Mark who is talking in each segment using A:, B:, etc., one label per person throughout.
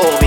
A: Oh, homies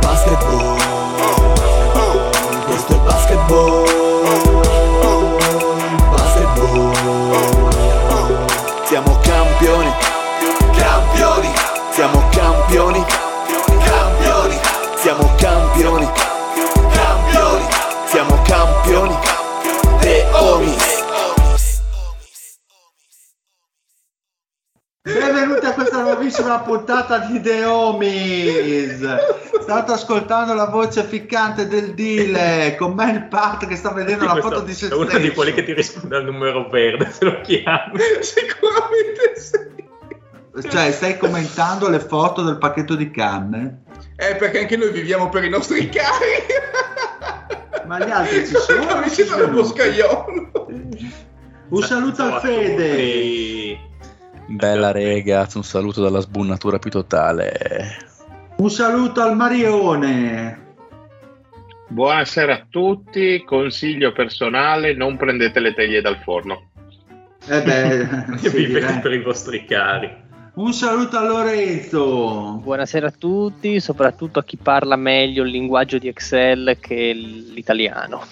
A: Basketball Questo è basketball Basketball Siamo campioni Campioni Siamo campioni Campioni Siamo campioni Campioni Siamo campioni The
B: Benvenuti a questa nuovissima puntata di The Homies. State ascoltando la voce ficcante del Dile con me il Pat che sta vedendo la
C: Questo
B: foto di se
C: è uno
B: stesso.
C: di quelli che ti risponde al numero verde se lo chiami
D: Sicuramente sì.
B: Cioè, stai commentando le foto del pacchetto di canne?
D: Eh, perché anche noi viviamo per i nostri cari.
B: Ma gli altri ci sono?
D: Mi sembra un po' scagliolo.
B: Un saluto
C: Ciao
B: al
C: a
B: Fede.
C: tutti.
E: Bella rega, un saluto dalla sbunnatura più totale.
B: Un saluto al Marione.
F: Buonasera a tutti, consiglio personale, non prendete le teglie dal forno.
B: Eh beh, sì,
C: vivete
B: eh.
C: per i vostri cari
B: Un saluto a Lorenzo.
G: Buonasera a tutti, soprattutto a chi parla meglio il linguaggio di Excel che l'italiano.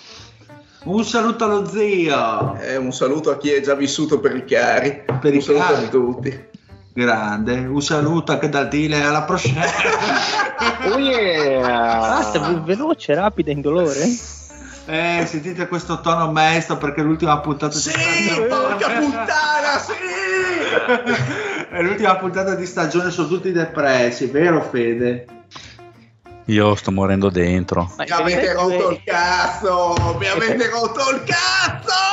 B: Un saluto allo zio.
D: Eh, un saluto a chi è già vissuto per i cari.
B: Per
D: un
B: i
D: saluto
B: cari.
D: a tutti.
B: Grande. Un saluto anche dal Dile alla prossima.
F: Oh yeah!
B: Ah.
G: Basta, ve- veloce, rapida, indolore.
B: Eh, sentite questo tono mesto perché l'ultima puntata
D: Sì,
B: stagione-
D: porca puttana, sì!
B: È l'ultima puntata di stagione, sono tutti depressi, vero Fede?
E: Io sto morendo dentro.
G: Ma
D: Mi avete rotto il
G: e-
D: cazzo! Mi avete rotto il cazzo!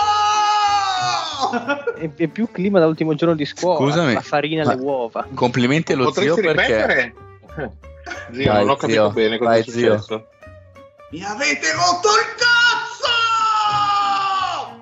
G: e- e più clima dall'ultimo giorno di scuola,
E: Scusami,
G: la farina e
E: ma-
G: le uova.
E: Complimenti allo zio
F: Potresti
E: perché
F: ripetere? Zio,
E: Vai,
F: non ho capito
E: zio.
F: bene cosa
E: Vai,
F: è successo.
D: Mi avete rotto il cazzo!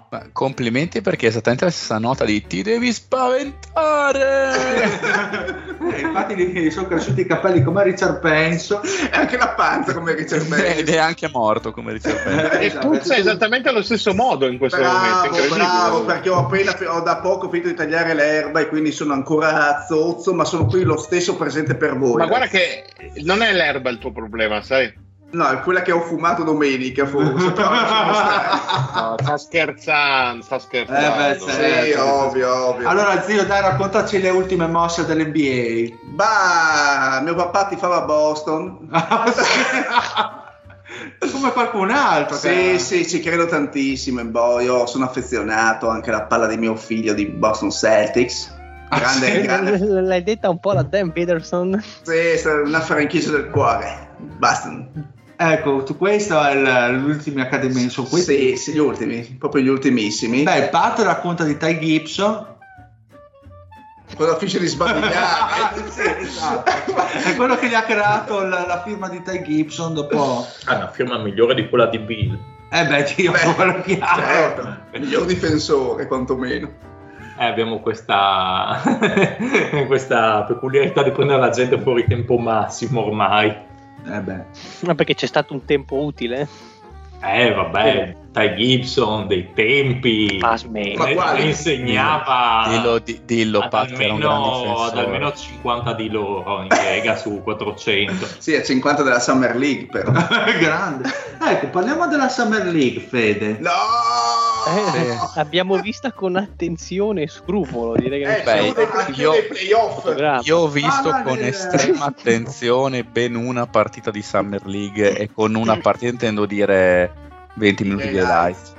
E: ma complimenti perché è esattamente la stessa nota di ti devi spaventare.
B: Eh, infatti gli sono cresciuti i capelli come a Richard Penso.
D: E anche la panza come Richard
E: Ed
D: Bellis.
E: è anche morto come dice Fede.
B: Eh,
F: E
B: esatto,
F: puzza esattamente allo stesso modo in questo momento,
D: Bravo,
F: incredibile.
D: bravo, perché ho appena ho da poco finito di tagliare l'erba e quindi sono ancora zozzo, ma sono qui lo stesso presente per voi.
F: Ma guarda che non è l'erba il tuo problema, sai?
D: No, è quella che ho fumato domenica, forse. però lasciamo stare.
F: No, sta scherzando, sta scherzando.
B: Eh, beh, certo.
D: sì, ovvio, ovvio.
B: Allora zio, dai, raccontaci le ultime mosse dell'NBA.
D: bah, mio papà ti fa a Boston.
B: come qualcun altro.
D: Sì,
B: cara.
D: sì, ci credo tantissimo. e boh, io sono affezionato anche alla palla di mio figlio di Boston Celtics.
B: Ah,
D: Grande,
B: sì?
D: grande.
G: L'hai detta un po' la Dan Peterson?
D: Sì, sono una franchigia del cuore. Boston.
B: Ecco, tu- questo è il- l'ultimo accadimento. Sono questi.
D: Sì, sì, gli ultimi, proprio gli ultimissimi.
B: Beh, Pat racconta di Ty Gibson.
D: Quello finisce di sbadigliare.
B: Sì, esatto. È quello che gli ha creato la, la firma di Ty Gibson dopo...
C: ha una Ah, firma migliore di quella di Bill
B: Eh beh, Dio,
D: Beh,
B: quello chiaro.
D: certo, miglior difensore quantomeno.
C: Eh, abbiamo questa, questa peculiarità di prendere la gente fuori tempo massimo ormai.
B: Eh beh.
G: Ma perché c'è stato un tempo utile?
C: Eh, vabbè, Ty Gibson, dei tempi.
G: Ma
D: Ma
G: smetti.
C: ne-
D: quale?
C: ne insegnava
E: Dillo, di- dillo
C: Ah. ad
E: Pat, che era un gran
C: almeno, ad
E: difensore.
C: almeno 50 di loro in Lega su 400.
D: Sì, è 50 della Summer League però.
B: Grande. Ecco, parliamo della Summer League, Fede.
D: No!
G: Eh, Abbiamo vista con attenzione e scrupolo, direi che
D: Eh,
G: non
E: Beh,
D: sono
G: c'è
D: dei- anche
E: io-
D: dei playoff.
G: fotogramma.
E: Io ho visto
F: Ah,
B: Parla
E: con
F: eh.
B: del-
E: estrema attenzione ben una partita di Summer League e con una partita intendo dire 20 minuti di highlights.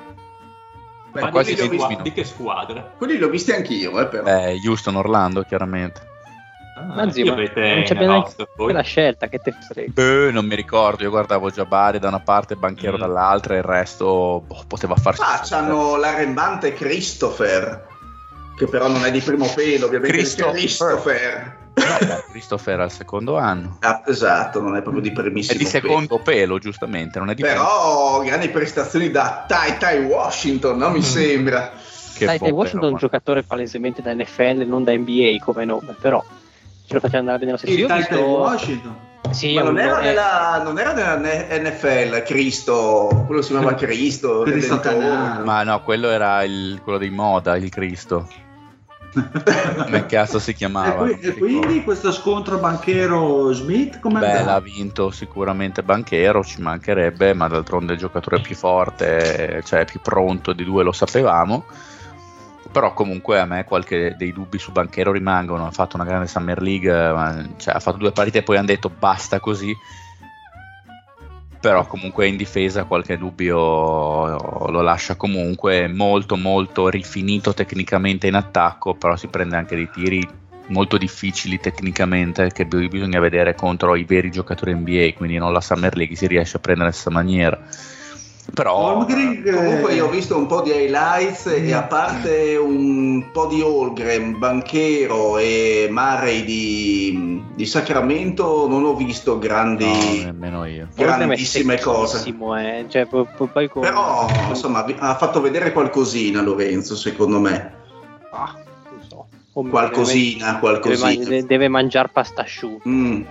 D: Beh,
C: Ma
E: quasi
C: di, che
E: 20
C: squa-
E: minuti.
C: di che squadra?
D: Quelli li ho visti anch'io, eh, però.
E: Beh, Houston, Orlando, chiaramente.
C: Ah,
G: Ma zio,
C: chi
G: ma
C: avete
G: non
C: in
G: c'è bene
C: roster voi?
G: la scelta, che te frega.
E: Beh, Eh, non mi ricordo, io guardavo Jabari da una parte, Banchero
C: Mm.
E: dall'altra e il resto boh, poteva farsi.
D: Ah,
E: eh.
D: c'hanno l'arrembante Christopher, che però non è di primo pelo, ovviamente.
E: Christopher.
D: Christopher.
E: No, beh, Christopher al secondo anno.
D: Ah, esatto, non è proprio di
E: È
D: primissimo
E: di
D: pelo.
E: secondo pelo, giustamente, non è di primo.
D: Però grandi prestazioni da Tai Tai Washington, no? Mi
C: Mm.
D: sembra.
E: Che
G: Dai,
E: boh,
G: Dai Washington è un
E: però,
G: giocatore palesemente da NFL, non da NBA come nome, però ce lo facciamo andare bene lo stesso.
B: Il
G: Io ho
B: Titan
G: visto...
B: Washington.
G: Sì,
D: Ma
G: è un
D: non era,
G: nome-
D: nella, non era nella N- NFL, Cristo, quello si chiamava Cristo.
B: Cristo
D: Redentore.
B: Canale.
E: Ma no, quello era il, quello dei moda, il Cristo. Come cazzo si
B: E,
E: chiamava?
B: qui-
E: non mi
B: e quindi
E: ricordo.
B: questo scontro banchero Smith come
E: Beh, l'ha vinto sicuramente Banchero, ci mancherebbe, ma d'altronde il giocatore più forte, cioè più pronto di due lo sapevamo. Però comunque a me qualche dei dubbi su Banchero rimangono, ha fatto una grande Summer League, ma- cioè, ha fatto due partite e poi hanno detto basta così. Però comunque in difesa qualche dubbio lo lascia comunque molto molto rifinito tecnicamente in attacco, però si prende anche dei tiri molto difficili tecnicamente che bi- bisogna vedere contro i veri giocatori NBA, quindi non la Summer League si riesce a prendere in questa maniera. Però
B: Holmgren, eh,
D: Comunque io ho visto un po' di highlights
B: Mm.
D: e a parte un po' di Holgren, Banchero e Murray di, di Sacramento non ho visto
E: no,
D: grandi...
B: eh.
E: nemmeno io.
D: grandissime cose.
G: Secchissimo, eh. Cioè, po- po- poi con-
D: Però insomma vi- ha fatto vedere qualcosina Lorenzo secondo me.
G: Ah, non so. Come
D: Qualcosina,
G: Deve, deve,
D: qualcosina.
G: mangiare pasta asciutta.
D: Mm.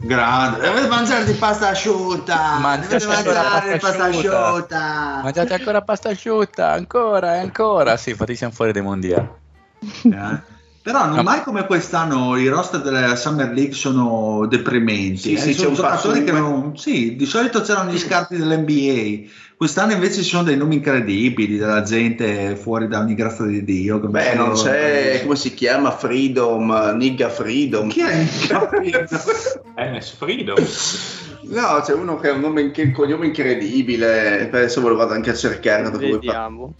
B: grande deve mangiare di pasta asciutta
E: Ma-
B: Ah, deve mangiare di pasta asciutta
E: Mangiate ancora pasta asciutta, ancora e ancora. Sì, infatti siamo fuori dai mondiali.
B: Eh. però non
E: No.
B: mai come quest'anno i roster della Summer League sono deprimenti
D: Sì,
B: eh.
D: sì, c'è
B: sono
D: un
B: giocatori che
D: fascio-
B: non sì, di solito c'erano gli scarti dell'NBA quest'anno invece ci sono dei nomi incredibili della gente fuori da ogni grazia di Dio che
D: Beh, non
B: sono-
D: c'è come si chiama Freedom, Nigga Freedom.
B: chi è
C: NS Eh, Frido.
D: No, c'è uno che ha un nome inc- un cognome incredibile. Adesso ve lo vado anche a cercare. Dato che voi, par-
G: Vediamo.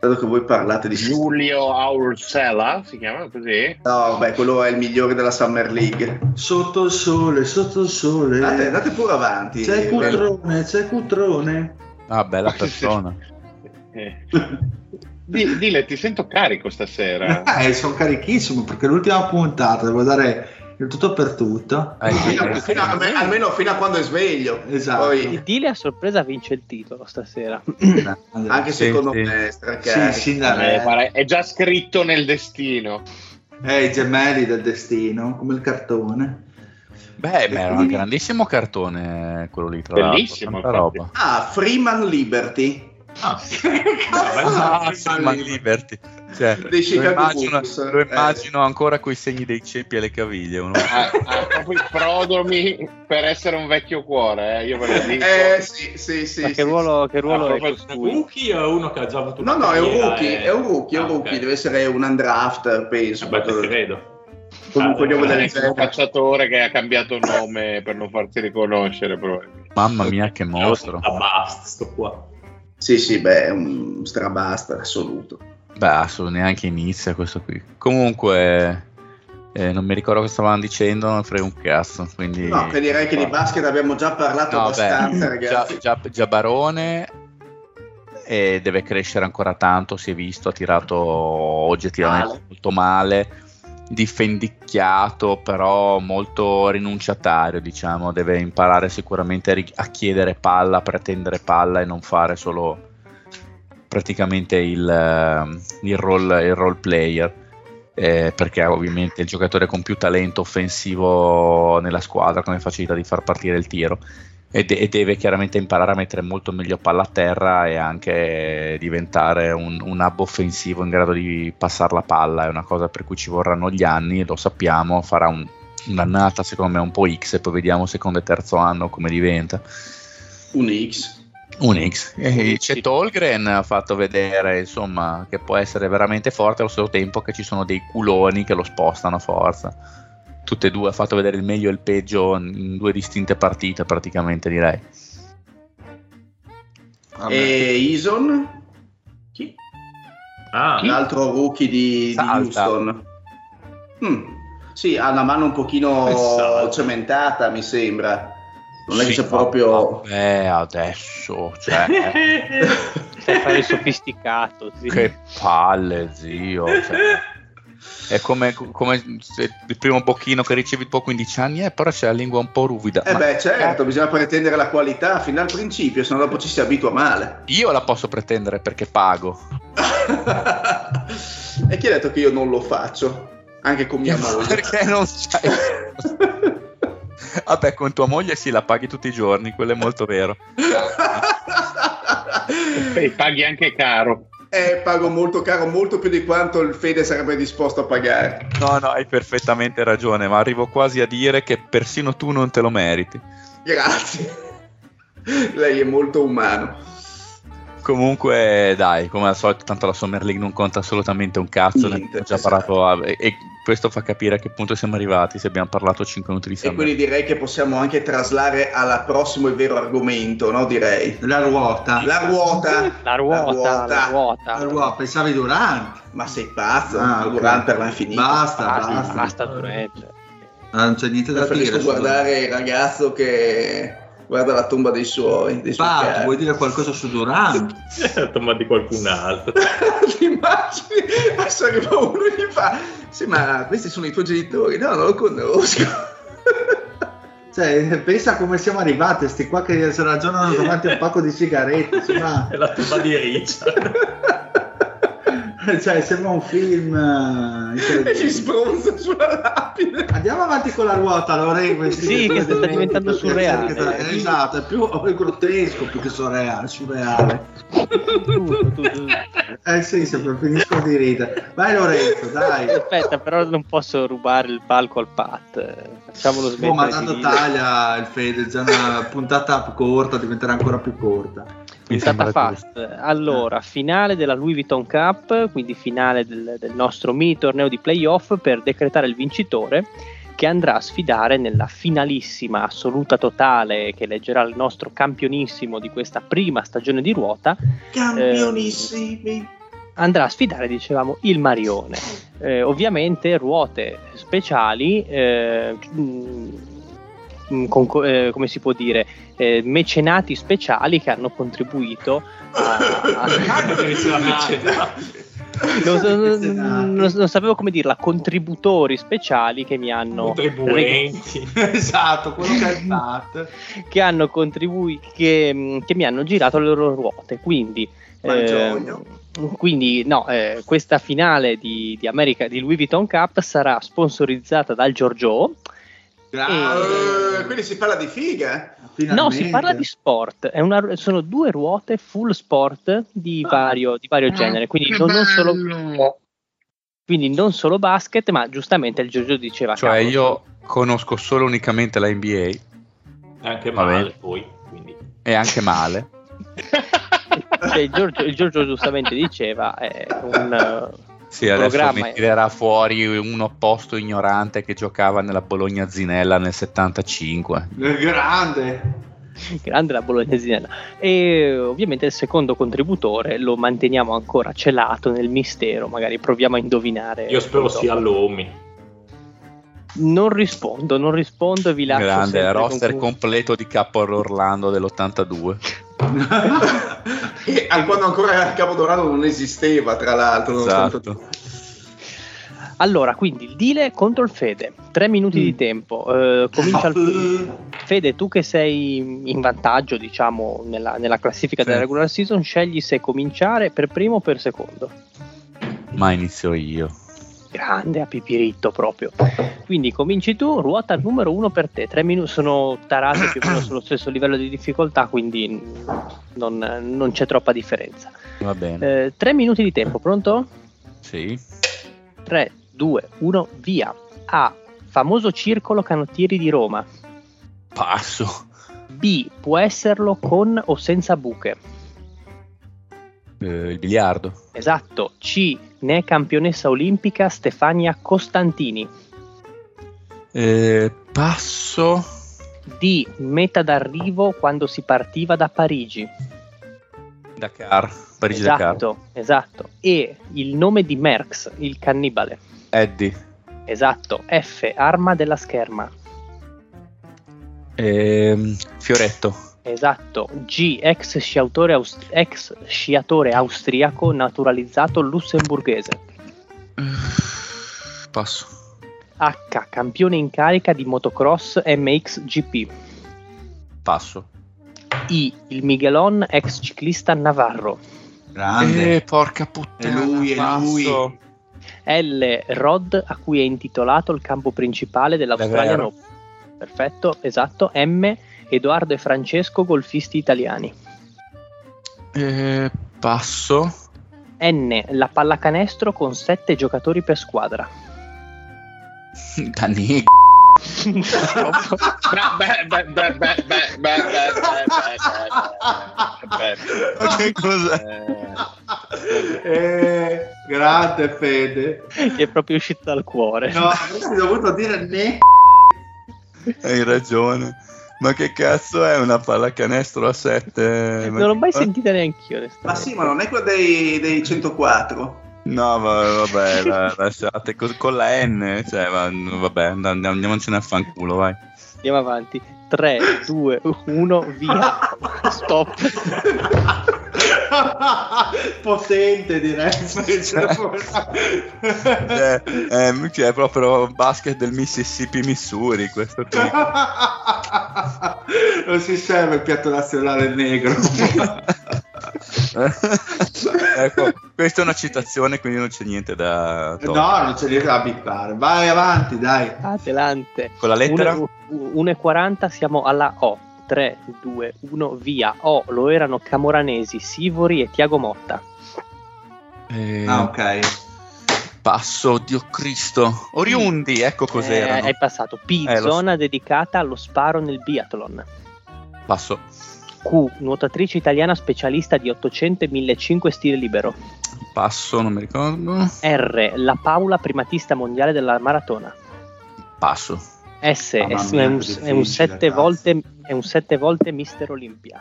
D: dato che voi parlate di
F: Giulio Aursella si chiama così?
D: No, beh, quello è il migliore della Summer
B: Eh,
D: League.
B: sotto il sole sotto il sole
D: Andate, andate pure avanti.
B: c'è
D: Bello.
B: Cutrone c'è Cutrone
E: Ah, bella persona.
F: Eh. Di- Dile, ti sento carico stasera.
B: Eh, sono carichissimo perché l'ultima puntata devo dare il tutto per tutto.
E: Eh, sì,
D: Fino a- fino a- almeno- almeno fino a quando è sveglio.
B: Esatto.
D: Poi,
G: Il Dile a sorpresa vince il titolo stasera.
D: anche
E: Sì,
D: secondo
E: sì.
D: me è
B: sì,
D: stracarico.
B: sin da
F: Eh,
B: me.
F: guarda, è già scritto nel destino.
B: Eh, i gemelli del destino, come il cartone.
E: Beh, ma era un grandissimo cartone quello lì, tra l'altro.
F: Bellissimo,
E: tanta
F: infatti.
E: roba.
D: Ah, Freeman Liberty.
C: Ah,
E: Ah,
C: vabbè,
E: sì, ma liberty. Cioè,
D: Dei
E: lo,
D: Chicago
E: immagino,
D: Bulls.
E: lo
D: Eh.
E: immagino ancora coi segni dei ceppi alle caviglie. uno.
F: Ha, ha Ah, proprio i prodomi per essere un vecchio cuore, eh, io ve lo dico.
D: Eh, sì, sì, sì.
G: Ma
D: sì,
G: che ruolo, che ruolo
F: Ah,
G: è
F: proprio-
C: un
G: costui?
C: rookie o uno che ha già avuto
D: No, no, è un rookie, è un rookie, è un
C: Ah, ok. Eh,
D: rookie, deve essere un undraft, penso.
C: Vabbè, ti credo.
D: Comunque
C: Ah,
D: vogliamo
F: Non
C: vabbè.
D: vedere
F: è
D: se
F: un cacciatore che ha cambiato nome per non farsi riconoscere, probabilmente.
E: Mamma mia, che
C: No,
E: mostro.
C: Ah, basta, sto qua.
D: Sì, sì, beh, è un strabasta assoluto.
E: Beh, adesso neanche inizia questo qui. Comunque, eh, non mi ricordo cosa stavano dicendo, non frega un cazzo. Quindi...
D: No, che direi che di basket abbiamo già parlato
E: No,
D: abbastanza,
E: beh,
D: ragazzi.
E: Gia- Gia- Giabarone eh, deve crescere ancora tanto, si è visto, ha tirato oggettivamente
D: Male.
E: molto male, difendicchiato, però molto rinunciatario, diciamo, deve imparare sicuramente a, ri- a chiedere palla, a pretendere palla e non fare solo praticamente il, ehm, il role, il role player. eh, perché ovviamente è il giocatore con più talento offensivo nella squadra come facilità di far partire il tiro e, de- e deve chiaramente imparare a mettere molto meglio palla a terra e anche diventare un, un hub offensivo in grado di passare la palla. È una cosa per cui ci vorranno gli anni, lo sappiamo, farà un- un'annata secondo me un po' X e poi vediamo secondo e terzo anno come diventa.
D: Un X.
E: Un X. E Eh, c'è Tolgren, ha fatto vedere insomma che può essere veramente forte allo stesso tempo che ci sono dei culoni che lo spostano a forza. Tutte e due ha fatto vedere il meglio e il peggio in due distinte partite praticamente direi.
D: E Ison? Chi?
C: Ah,
D: l'altro rookie di, di
E: Salta.
D: Houston. Mm. Sì, ha una mano un pochino
C: Salta.
D: cementata, mi sembra. Non è che
E: Sì,
D: c'è proprio...
E: Vabbè, adesso, cioè,
G: Stefano è sofisticato. sì.
E: che palle, zio. cioè. È come, come se il primo bocchino che ricevi dopo 15 anni, eh, però c'è la lingua un po' ruvida.
D: Eh
E: Ma
D: beh, certo, bisogna pretendere la qualità fin dal principio, se no dopo ci si abitua male.
E: Io la posso pretendere perché pago.
D: e chi ha detto che io non lo faccio? Anche con mia moglie.
E: perché non sai. Vabbè, con tua moglie sì, la paghi tutti i giorni, quello è molto vero.
F: E paghi anche caro.
D: Eh, pago molto caro, molto più di quanto il Fede sarebbe disposto a pagare.
E: No, no, hai perfettamente ragione, ma arrivo quasi a dire che persino tu non te lo meriti.
D: Grazie. Lei è molto umano.
E: Comunque, dai, come al solito, tanto la Summer League non conta assolutamente un cazzo. ne
D: Niente,
E: abbiamo già
D: esatto.
E: parlato a- e, e questo fa capire a che punto siamo arrivati. Se abbiamo parlato 5 minuti di
D: E
E: Summer
D: quindi direi che possiamo anche traslare alla prossimo e vero argomento, no? Direi.
B: La ruota.
D: La ruota.
G: La ruota, la
D: Ah.
B: La
G: ruota.
B: ruota, pensavi durante.
D: Ma sei pazzo,
B: Ah,
D: ah,
B: ok.
D: Durante era infinito.
B: Basta,
D: Ah,
G: Basta,
B: basta.
G: Ah, basta durette.
B: Ah, Non c'è niente da dire.
D: Preferisco
B: secondo me.
D: guardare il ragazzo che guarda la tomba dei suoi. Dei suoi
B: Pato,
D: cari.
B: vuoi dire qualcosa su Durant?
C: certo, ma di qualcun altro.
D: Ti immagini? Adesso arriva uno e gli fa: Sì, ma questi sono i tuoi genitori. No, non lo conosco.
B: Cioè, pensa come siamo arrivati, sti qua che si ragionano davanti a un pacco di sigarette, sembra,
C: È la tomba di Richard.
B: cioè, sembra un film eh,
D: e gli
B: incredibile.
D: sbronza sulla lapide.
B: Andiamo avanti con la ruota, Lore.
G: Sì, che sta diventando surreale.
B: Esatto, è più è grottesco più che surreale, surreale.
G: Tutto, tutto.
B: Eh sì, sempre finisco di ridere. Vai Lorenzo, dai.
G: Aspetta, però non posso rubare il palco al Pat. Facciamolo
B: Oh, ma
G: smettere
B: tanto
G: di dire.
B: taglia il Fede, già una puntata corta diventerà ancora più corta.
E: Mi
G: Puntata
E: sembra
G: fast. Allora, finale della Louis Vuitton Cup, quindi finale del, del nostro mini torneo di playoff per decretare il vincitore che andrà a sfidare nella finalissima assoluta totale che leggerà il nostro campionissimo di questa prima stagione di ruota.
D: Campionissimi.
G: andrà a sfidare, dicevamo, il Marione. Eh, ovviamente ruote speciali, eh, mh, mh, con co- eh, come si può dire, eh, mecenati speciali che hanno contribuito a... a- non, so- non- non- non sapevo come dirla, contributori speciali che mi hanno...
C: Contribuenti.
B: Esatto, quello che è il Pat.
G: che hanno contribuito che, mh, che mi hanno girato le loro ruote quindi
D: Mangioglio.
G: ehm, quindi no eh, questa finale di, di America di Louis Vuitton Cup sarà sponsorizzata dal Giorgio
D: Ah, eh, quindi si parla di figa.
G: no si parla di sport è una- sono due ruote full sport di
D: Ah.
G: vario, di vario genere quindi non, non solo quindi non solo basket ma giustamente il Giorgio diceva
E: Cioè,
G: Ah, "Cavolo,
E: io conosco solo unicamente la NBA
C: Anche
E: Va
C: male
E: bene.
C: poi, quindi.
E: e anche male.
G: cioè, il, Giorgio, il Giorgio giustamente diceva è un eh,
E: Sì, adesso
G: Programma-
E: mi tirerà fuori un opposto ignorante che giocava nella Bologna Zinella nel 75.
B: Grande.
G: Grande la bolognesina. E ovviamente il secondo contributore lo manteniamo ancora celato nel mistero, magari proviamo a indovinare.
C: Io spero
G: dopo.
C: sia l'Omi.
G: Non rispondo, non rispondo e vi lascio.
E: Grande
G: sempre
E: roster
G: con-
E: completo di Capo Orlando dell'82.
D: e al quando ancora Capodorano non esisteva, tra l'altro. nonostante
E: Esatto.
D: tutto.
G: Allora, quindi il Dile contro il Fede. Tre minuti di tempo. Eh, comincia
C: Ah.
G: il... Fede, tu che sei in vantaggio, diciamo, nella, nella classifica
E: Sì.
G: della regular season, scegli se cominciare per primo o per secondo.
E: Ma inizio io.
G: Grande a pipirito proprio. Quindi cominci tu, ruota al numero uno per te. Tre minuti sono tarati più o meno sullo stesso livello di difficoltà, quindi n- non, non c'è troppa differenza.
E: Va bene.
G: Eh, tre minuti di tempo, pronto?
E: Sì.
G: 3, 2, 1, via. A. Famoso circolo canottieri di Roma.
E: Passo.
G: B. Può esserlo con o senza buche.
E: Eh, il biliardo.
G: Esatto. C. Ne è campionessa olimpica Stefania Costantini.
E: Eh, passo.
G: D. Meta d'arrivo quando si partiva da Parigi.
E: Dakar, Parigi Dakar.
G: Esatto, esatto. E il nome di Merx, il cannibale.
E: Eddie.
G: Esatto, F, arma della scherma.
E: Ehm, Fioretto.
G: Esatto, G, ex sciatore, aus- ex sciatore austriaco naturalizzato lussemburghese.
E: Eh, Passo.
G: H, campione in carica di motocross MXGP.
E: Passo.
G: I, il Miguelon, ex ciclista navarro.
B: Grande.
E: Eh, porca
B: È
E: puttana.
B: lui, è
E: passo.
B: lui.
G: L, Rod, a cui è intitolato il campo principale dell'Australian
E: Davvero?
G: Open. Perfetto, esatto. M, Edoardo e Francesco, golfisti italiani.
E: Eh, passo.
G: N, la pallacanestro con 7 giocatori per squadra.
E: Danny.
F: Beh, beh, beh, beh, beh, beh, beh, beh, beh, beh, beh, beh.
B: Che cos'è?
F: Eh,
B: Eh, grande Fede.
G: che è proprio uscita dal cuore.
B: No, avresti dovuto dire ne
H: Hai ragione. Ma che cazzo è una pallacanestro a
E: Eh,
H: 7?
G: non l'ho mai sentita neanche io.
D: Ma sì, ma non è quella dei, dei 104.
H: No, va- vabbè, la- lasciate co- con, la N, cioè, va- vabbè, and- andiamo- andiamocene a fanculo, vai.
G: Andiamo avanti. 3, 2, 1, via. Stop.
B: potente direi.
H: Cioè, è, cioè, è proprio basket del Mississippi Missouri, questo qui.
B: non si serve il piatto nazionale negro.
H: ecco, questa è una citazione, quindi non c'è niente da
B: No,
H: togliere.
B: non c'è niente da bippare. Vai avanti, dai.
G: Adelante.
H: Con la lettera?
G: 1,40 siamo alla O. 3, 2, 1, via. O lo erano Camoranesi, Sivori e Tiago Motta.
E: Eh,
B: Ah, ok.
E: Passo, Dio Cristo. Oriundi, ecco
G: Eh,
E: cos'erano.
G: è passato. P,
E: Eh, lo
G: zona dedicata allo sparo nel biathlon.
E: Passo.
G: Q, nuotatrice italiana specialista di 800 e 1500 stile libero.
E: Passo, non mi ricordo.
G: R, la Paula primatista mondiale della maratona.
E: Passo.
G: S,
B: Ah, mamma
G: è, è
B: mia,
G: un,
B: che
G: è un
B: difficile,
G: sette
B: cazzo.
G: volte, è un sette volte Mister Olimpia.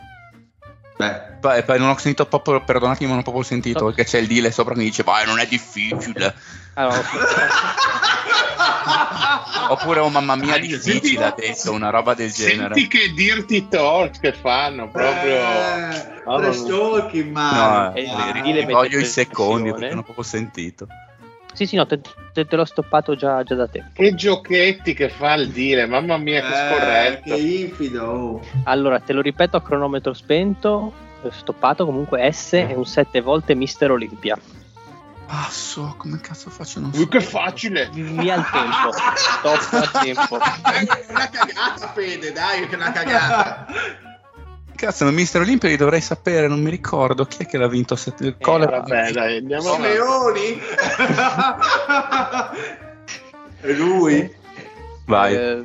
B: Beh,
E: Poi, poi non ho sentito proprio, perdonatemi, ma non ho proprio sentito perché c'è il deal sopra che dice vai non è difficile.
G: Allora,
E: Oppure oh mamma mia
F: Ah,
E: difficile ha detto una roba del genere.
F: Senti che dirty talk che fanno proprio.
B: eh,
F: Mamma
B: trash
F: mia.
B: talk in
E: No,
B: mano.
G: eh,
B: Dai.
G: li-
E: Ti
G: li-
E: voglio
G: mette
E: i secondi
G: pressione.
E: perché non ho proprio sentito.
G: sì, sì, no, te, te- te l'ho stoppato già, già da tempo.
F: Che giochetti che fa il dire, mamma mia, che
B: Eh,
F: Ecco, scorretto.
B: che infido. oh.
G: Allora, te lo ripeto a cronometro spento, eh, stoppato comunque S è un sette volte Mister Olimpia.
E: Passo, come cazzo faccio? Non
F: Uh,
E: so.
F: Che facile!
G: Via il tempo, stop al tempo.
D: una cagata, Fede, dai, che una cagata.
E: Cazzo, ma Mister Olimpia li dovrei sapere, non mi ricordo chi è che l'ha vinto. a sette-
G: Eh,
E: Il colera.
F: Vabbè, dai, andiamo avanti.
D: Leoni?
B: E lui?
E: Vai.
G: Eh,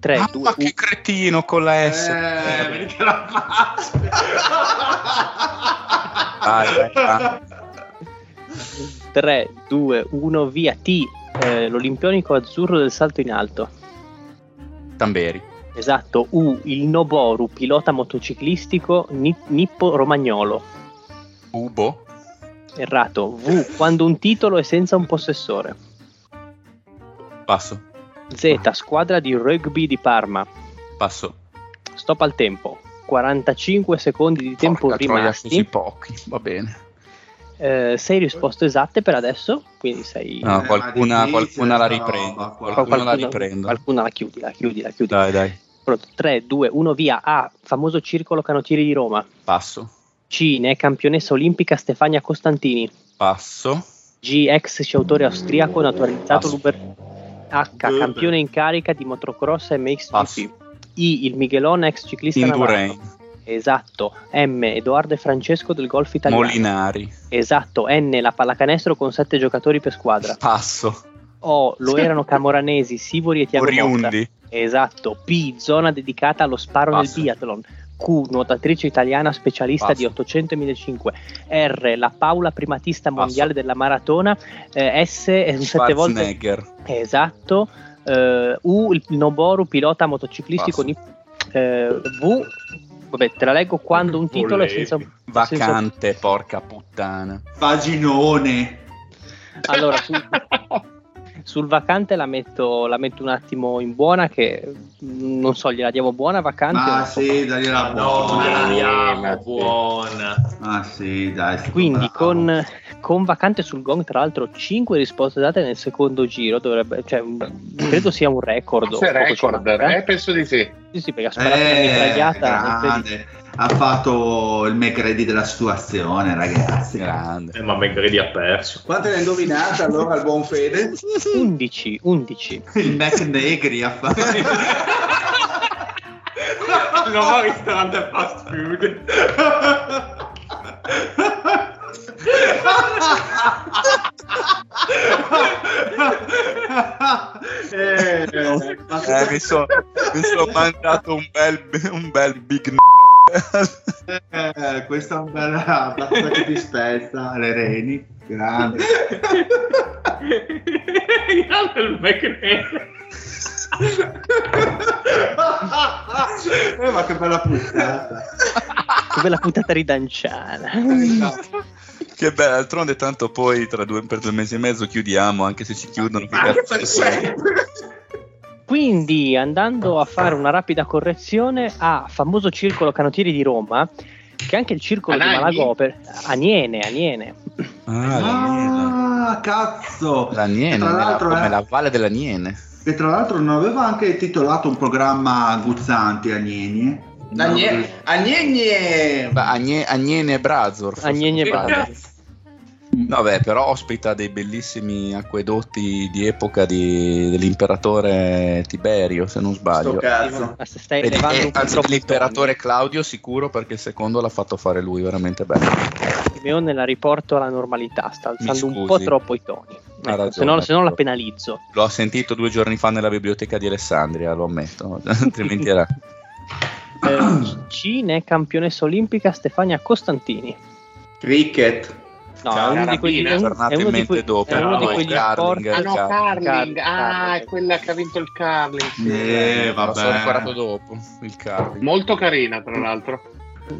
G: 3,
E: Ah,
G: 2,
E: ma che cretino con la S.
B: Cioè, Eh,
E: Eh,
B: mica la Eh, faccia.
E: Vai, vai, vai.
G: 3, 2, 1, via T, eh, l'olimpionico azzurro del salto in alto.
E: Tamberi.
G: Esatto, U, il Noboru, pilota motociclistico ni- nippo romagnolo.
E: Ubo.
G: Errato. V, quando un titolo è senza un possessore.
E: Passo.
G: Z, squadra di rugby di Parma.
E: Passo.
G: Stop al tempo. 45 secondi di tempo
E: Porca troia, così
G: rimasti.
E: pochi. Va bene.
G: Eh, sei risposte esatte per adesso, quindi sei...
B: Eh,
E: No,
B: ma
E: qualcuna,
B: difficile
E: qualcuna la
B: sta roba
E: riprendo.
B: qua.
E: Qualcuna, la riprendo.
G: qualcuna la chiudi, la chiudi, la chiudi.
E: Dai, dai.
G: Pronto, 3, 2, 1, via. A, famoso circolo canottieri di Roma.
E: Passo.
G: C, ne è campionessa olimpica Stefania Costantini.
E: Passo.
G: G, ex sciautore austriaco naturalizzato
E: Passo.
G: Luber... H, campione in carica di motocross MXGP.
E: Passo.
G: I, il Miguelon, ex ciclista navarro.
E: Indurain.
G: Esatto. M, Edoardo e Francesco del golf italiano.
E: Molinari.
G: Esatto. N, la pallacanestro con sette giocatori per squadra.
E: Passo.
G: O, lo erano Camoranesi, Sivori e Tiago Motta.
E: Oriundi.
G: Esatto. P, zona dedicata allo sparo
E: Passo.
G: nel biathlon. Q, nuotatrice italiana specialista
E: Passo.
G: di 800 e 1500. R, la Paula primatista mondiale della maratona. Eh, S, è un sette volte
E: Schwarzenegger.
G: Esatto. Eh, U, il Noboru, pilota motociclistico.
E: Passo.
G: nip- eh, v, vabbè, te la leggo quando un titolo è senza
C: Volevi.
E: Vacante, porca puttana.
B: Vaginone.
G: Allora, su- sul vacante la metto, la metto un attimo in buona, che mm, non so, gliela diamo buona vacante?
D: Ah,
B: Ma
G: Non so.
B: sì, dai, la
C: No,
B: buona.
C: andiamo,
F: sì.
C: buona.
B: Ma sì, dai. sto
G: Quindi
B: bravo.
G: con, con vacante sul gong, tra l'altro 5 risposte date nel secondo giro, dovrebbe, cioè, un- credo sia un record. o
F: C'è
G: poco ci
F: Mm. Ah, record,
G: manca,
F: eh?
G: eh.
F: penso di sì.
G: Sì, sì, perché ha sparato una
B: Eh,
G: mitragliata. incredibile.
B: grande. Ha fatto il McReady della situazione, ragazzi.
E: Grande.
C: Eh, ma Megredi ha perso.
D: Quante ne hai indovinate allora il buon Fede?
G: 11, 11.
B: Il McNegri ha fatto.
C: Il nuovo ristorante fast food.
B: Eh, ma
E: Eh, mi sono mangiato un bel, un bel big n-
B: Eh, questa è una bella battuta che ti spezza le reni. Grande.
C: Grande il McNeil.
B: Eh, ma che bella puttana.
G: Come la puntata ridanciana.
F: Ah,
E: Che bello, d'altronde tanto poi tra due, per due mesi e mezzo chiudiamo, anche se ci chiudono. che cazzo
F: Anche per
E: ne
F: sempre.
G: Quindi andando a fare una rapida correzione a famoso circolo canottieri di Roma, che anche il circolo
F: Anagni?
G: di Malagoper, Aniene, Aniene,
E: so. Ah, la Niene.
B: Ah, cazzo.
E: La Niene,
B: Tra
E: nella-
B: l'altro,
E: come
B: eh.
E: la valle della Niene.
B: E tra l'altro non aveva anche titolato un programma Guzzanti a Nieni.
D: Agne- Agnegne!
E: Ma Agne- Agnene e Brazor. forse.
G: Agnene e Brazor.
E: No, beh, però ospita dei bellissimi acquedotti di epoca di- dell'imperatore Tiberio, se non
D: Sto
E: sbaglio.
D: cazzo.
G: ma se stai
E: E di-
G: elevando
E: e-
G: un po'
E: eh, anzi,
G: troppo
E: dell'imperatore Claudio sicuro perché il secondo l'ha fatto fare lui, veramente bello.
G: il tono, Simeone la riporto alla normalità, sta alzando un
E: scusi.
G: po' troppo i toni. Ecco,
E: ragione,
G: se, no, se no la
E: ecco.
G: penalizzo.
E: L'ho sentito due giorni fa nella biblioteca di Alessandria, lo ammetto, altrimenti era...
G: Eh, Cine campionessa olimpica Stefania Costantini.
D: Cricket.
G: No,
E: Ciao,
G: è uno di quegli,
F: carabina,
G: è un-
E: tornate
G: è uno
E: in
G: di
E: mente
G: quei-
E: dopo,
G: è uno di
C: no,
G: quegli
E: Carling.
F: Ah
G: sport
F: no,
E: Car-
F: Carling.
G: Car-
F: Ah, è quella che ha vinto il Carling. sì.
B: Eh,
E: Lo sono
B: vabbè.
E: ricordato dopo, il Carling.
F: Molto carina, tra l'altro.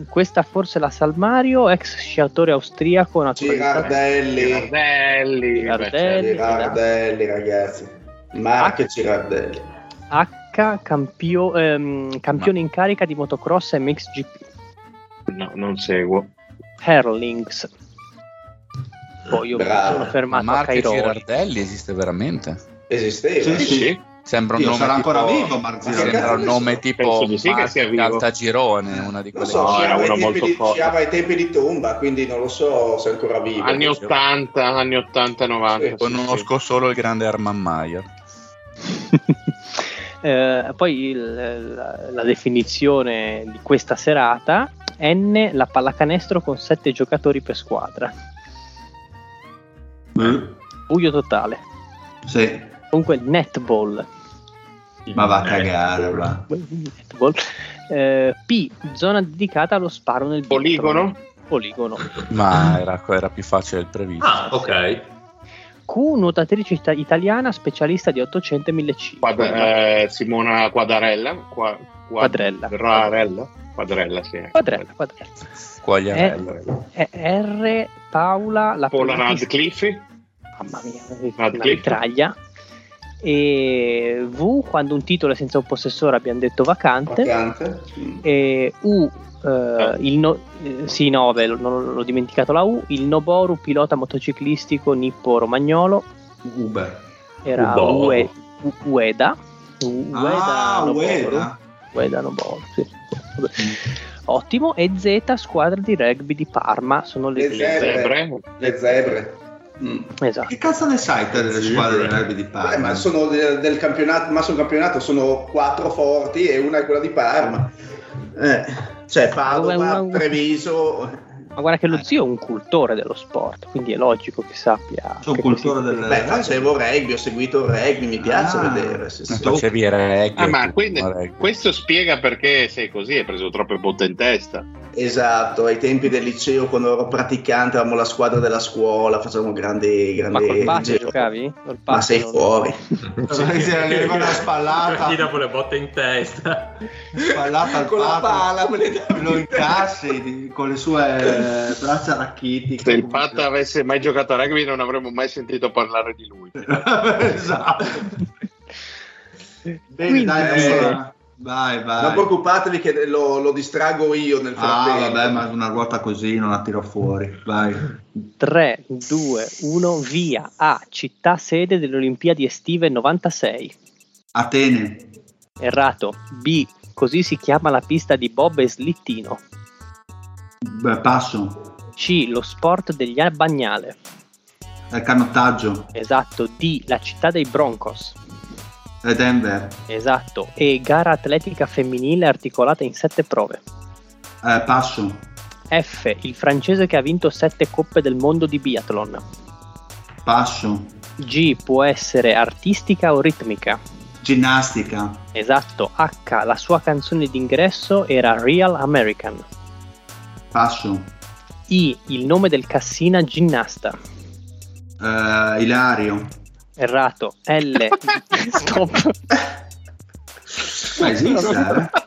G: Questa forse la Salmario, ex sciatore austriaco, naturalizzato
D: Girardelli.
F: Girardelli.
G: Girardelli.
D: Girardelli, ragazzi. Marco Girardelli.
G: H, campio- ehm, campione in carica di motocross MXGP,
F: beh, No, non seguo.
G: Herlings. Poi io
D: Bravo.
G: mi sono fermato a
E: Marco
G: Cairoli.
E: Girardelli esiste veramente?
D: Esisteva. eh?
B: Sì, sì.
E: Sembra un
B: Io
E: nome
B: sarà
E: tipo-
B: ancora vivo Mark
D: Ma che
E: Sembra
B: Girardelli.
E: un nome
F: Penso
E: tipo
F: di sì che sia
E: Marco
F: vivo.
E: Caltagirone, una di
D: Non
E: quelle
D: so,
F: No,
E: cose.
D: c'era
F: era uno
D: ai tempi
F: molto
D: di-
F: forte.
D: c'era ai tempi di tomba, quindi non lo so se è ancora vivo.
F: Anni 80, anni 80, 90. sì, sì.
E: Conosco solo il grande Herman Mayer.
G: Eh, poi il- la, la definizione di questa serata, N, la pallacanestro con 7 giocatori per squadra.
B: Eh,
G: Buio totale.
B: Sì,
G: Comunque netball.
B: ma va a cagare, va.
G: Netball. Eh, P, zona dedicata allo sparo nel vetro.
F: Poligono?
G: Poligono.
E: Ma era, era più facile del previsto.
C: Ah, ok.
G: Q, nuotatrice ita- italiana specialista di 800 e 1500.
F: Quad- eh, Simona Quadarella. Qua-
G: Quadrella.
F: Quadrarella? Quadrella, sì.
G: Quadrella, quadrella.
E: Quagliarello.
G: Eh, R, Paola, la
F: Paula
G: primatista-
F: Radcliffe.
G: Mamma mia, una
F: Radcliffe.
G: mitraglia. E V, quando un titolo è senza un possessore, abbiamo detto vacante.
D: Vacante. Mm.
G: E U, eh, il no- eh, sì, 9, non l'ho dimenticato la U. Il Noboru, pilota motociclistico nippo romagnolo,
B: Uber.
G: era
C: Noboru.
G: Ue- U- Ueda. U-
B: Ah,
G: Noboru.
B: Ueda. Mm.
G: Guida non boh, sì. Vabbè. Ottimo, e Z, squadra di rugby di Parma, sono
D: Le
G: le due.
D: zebre.
F: Zebre.
D: Le zebre. Mm.
G: Esatto.
B: Che cazzo ne sai te delle squadre del rugby di
D: Eh,
B: Parma?
D: ma sono del, del campionato, ma sul campionato sono quattro forti e una è quella di Parma. Eh, cioè
G: Una-
D: Padova,
G: una-
D: Treviso.
G: Ma guarda
D: Eh.
G: che lo zio è un cultore dello sport, quindi è logico che sappia.
B: Sono
G: che
B: cultore
G: questi-
B: del
D: Beh, facevo rugby, ho seguito il rugby, mi piace
B: Eh, Ah.
D: vedere. sì, sì.
B: Tu-
E: Facevi reggae.
F: Ah, ma
E: tu,
F: quindi
E: reggae.
F: questo spiega perché sei così, hai preso troppe botte in testa.
D: Esatto, ai tempi del liceo quando ero praticante avevamo la squadra della scuola, facevamo grande,
G: Ma
D: grande
G: col Bari
D: giro.
G: giocavi? Col
D: Ma
G: Bari
D: sei
G: non-
D: fuori.
B: Sì, sì, arriva una spallata.
C: Ti dà pure botte in testa.
B: spallata al
D: Con la
B: Papa,
D: pala me le davo.
B: lo incassi di- con le sue eh, braccia racchitiche
F: Se il
B: Come
F: Pat avesse mai giocato a rugby non avremmo mai sentito parlare di lui.
B: esatto bene
G: Quindi,
B: dai
D: eh,
B: allora. vai vai
D: Non preoccupatevi che lo, lo distrago io nel
B: ah
D: frattempo.
B: vabbè ma una ruota così non la tiro fuori vai
G: 3, 2, 1, via a città sede delle Olimpiadi estive 96.
B: Atene
G: Errato. B, così si chiama la pista di Bob e Slittino.
B: beh, passo
G: C, lo sport degli a Bagnale.
B: Eh, canottaggio
G: Esatto. D, la città dei Broncos.
B: Eh, Denver
G: Esatto. E gara atletica femminile articolata in 7 prove.
B: Eh, passo
G: F, il francese che ha vinto 7 coppe del mondo di biathlon.
B: passo
G: G, può essere artistica o ritmica.
B: ginnastica
G: Esatto. H, la sua canzone d'ingresso era Real American.
B: passo
G: I, il nome del Cassina ginnasta.
B: Eh, Ilario
G: Errato. L. Stop.
B: ma esiste eh?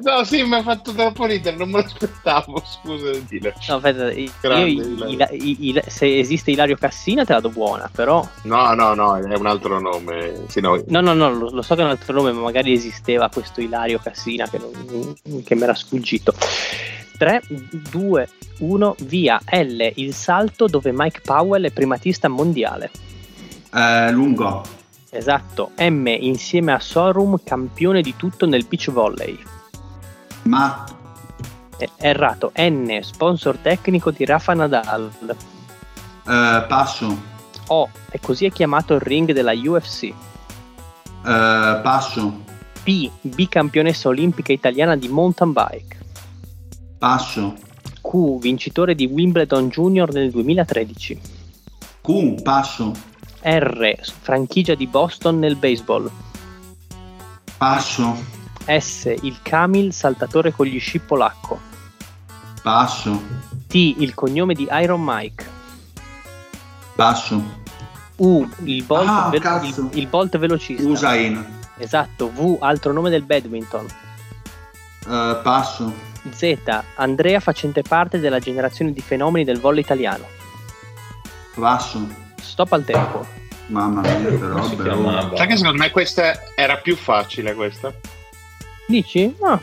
F: No, sì, mi ha fatto troppo ridere, non me l'aspettavo, scusa di dire.
G: No, aspetta, io-
F: Grande,
G: io-
F: Ilario.
G: i- i- se esiste Ilario Cassina te la do buona, però...
F: No, no, no, è un altro nome. Sì, no,
G: No, no, no, lo, lo so che è un altro nome, ma magari esisteva questo Ilario Cassina che, non- che mi era sfuggito. 3, 2, 1, via. L. Il salto dove Mike Powell è primatista mondiale.
B: Eh, lungo
G: Esatto. M. Insieme a Sorum, campione di tutto nel beach volley.
B: ma
G: Eh, Errato. N. Sponsor tecnico di Rafa Nadal.
B: eh, passo
G: O. E così è chiamato il ring della UFC.
B: Eh, passo
G: P. Bicampionessa olimpica italiana di mountain bike.
B: passo
G: Q. Vincitore di Wimbledon Junior nel 2013.
B: Q passo
G: R. Franchigia di Boston nel baseball.
B: passo
G: S. Il Camil saltatore con gli sci polacco.
B: passo
G: T. Il cognome di Iron Mike.
B: passo
G: U. Il Bolt,
B: Ah,
G: ve-
B: cazzo.
G: il, il Bolt velocista.
B: Usain
G: Esatto. V. Altro nome del badminton.
B: eh, passo
G: Z. Andrea facente parte della generazione di fenomeni del volley italiano.
B: passo
G: Stop al tempo.
B: mamma mia però
C: si
B: però-
C: chiama
F: sai che secondo me questa era più facile questa.
G: Dici? No.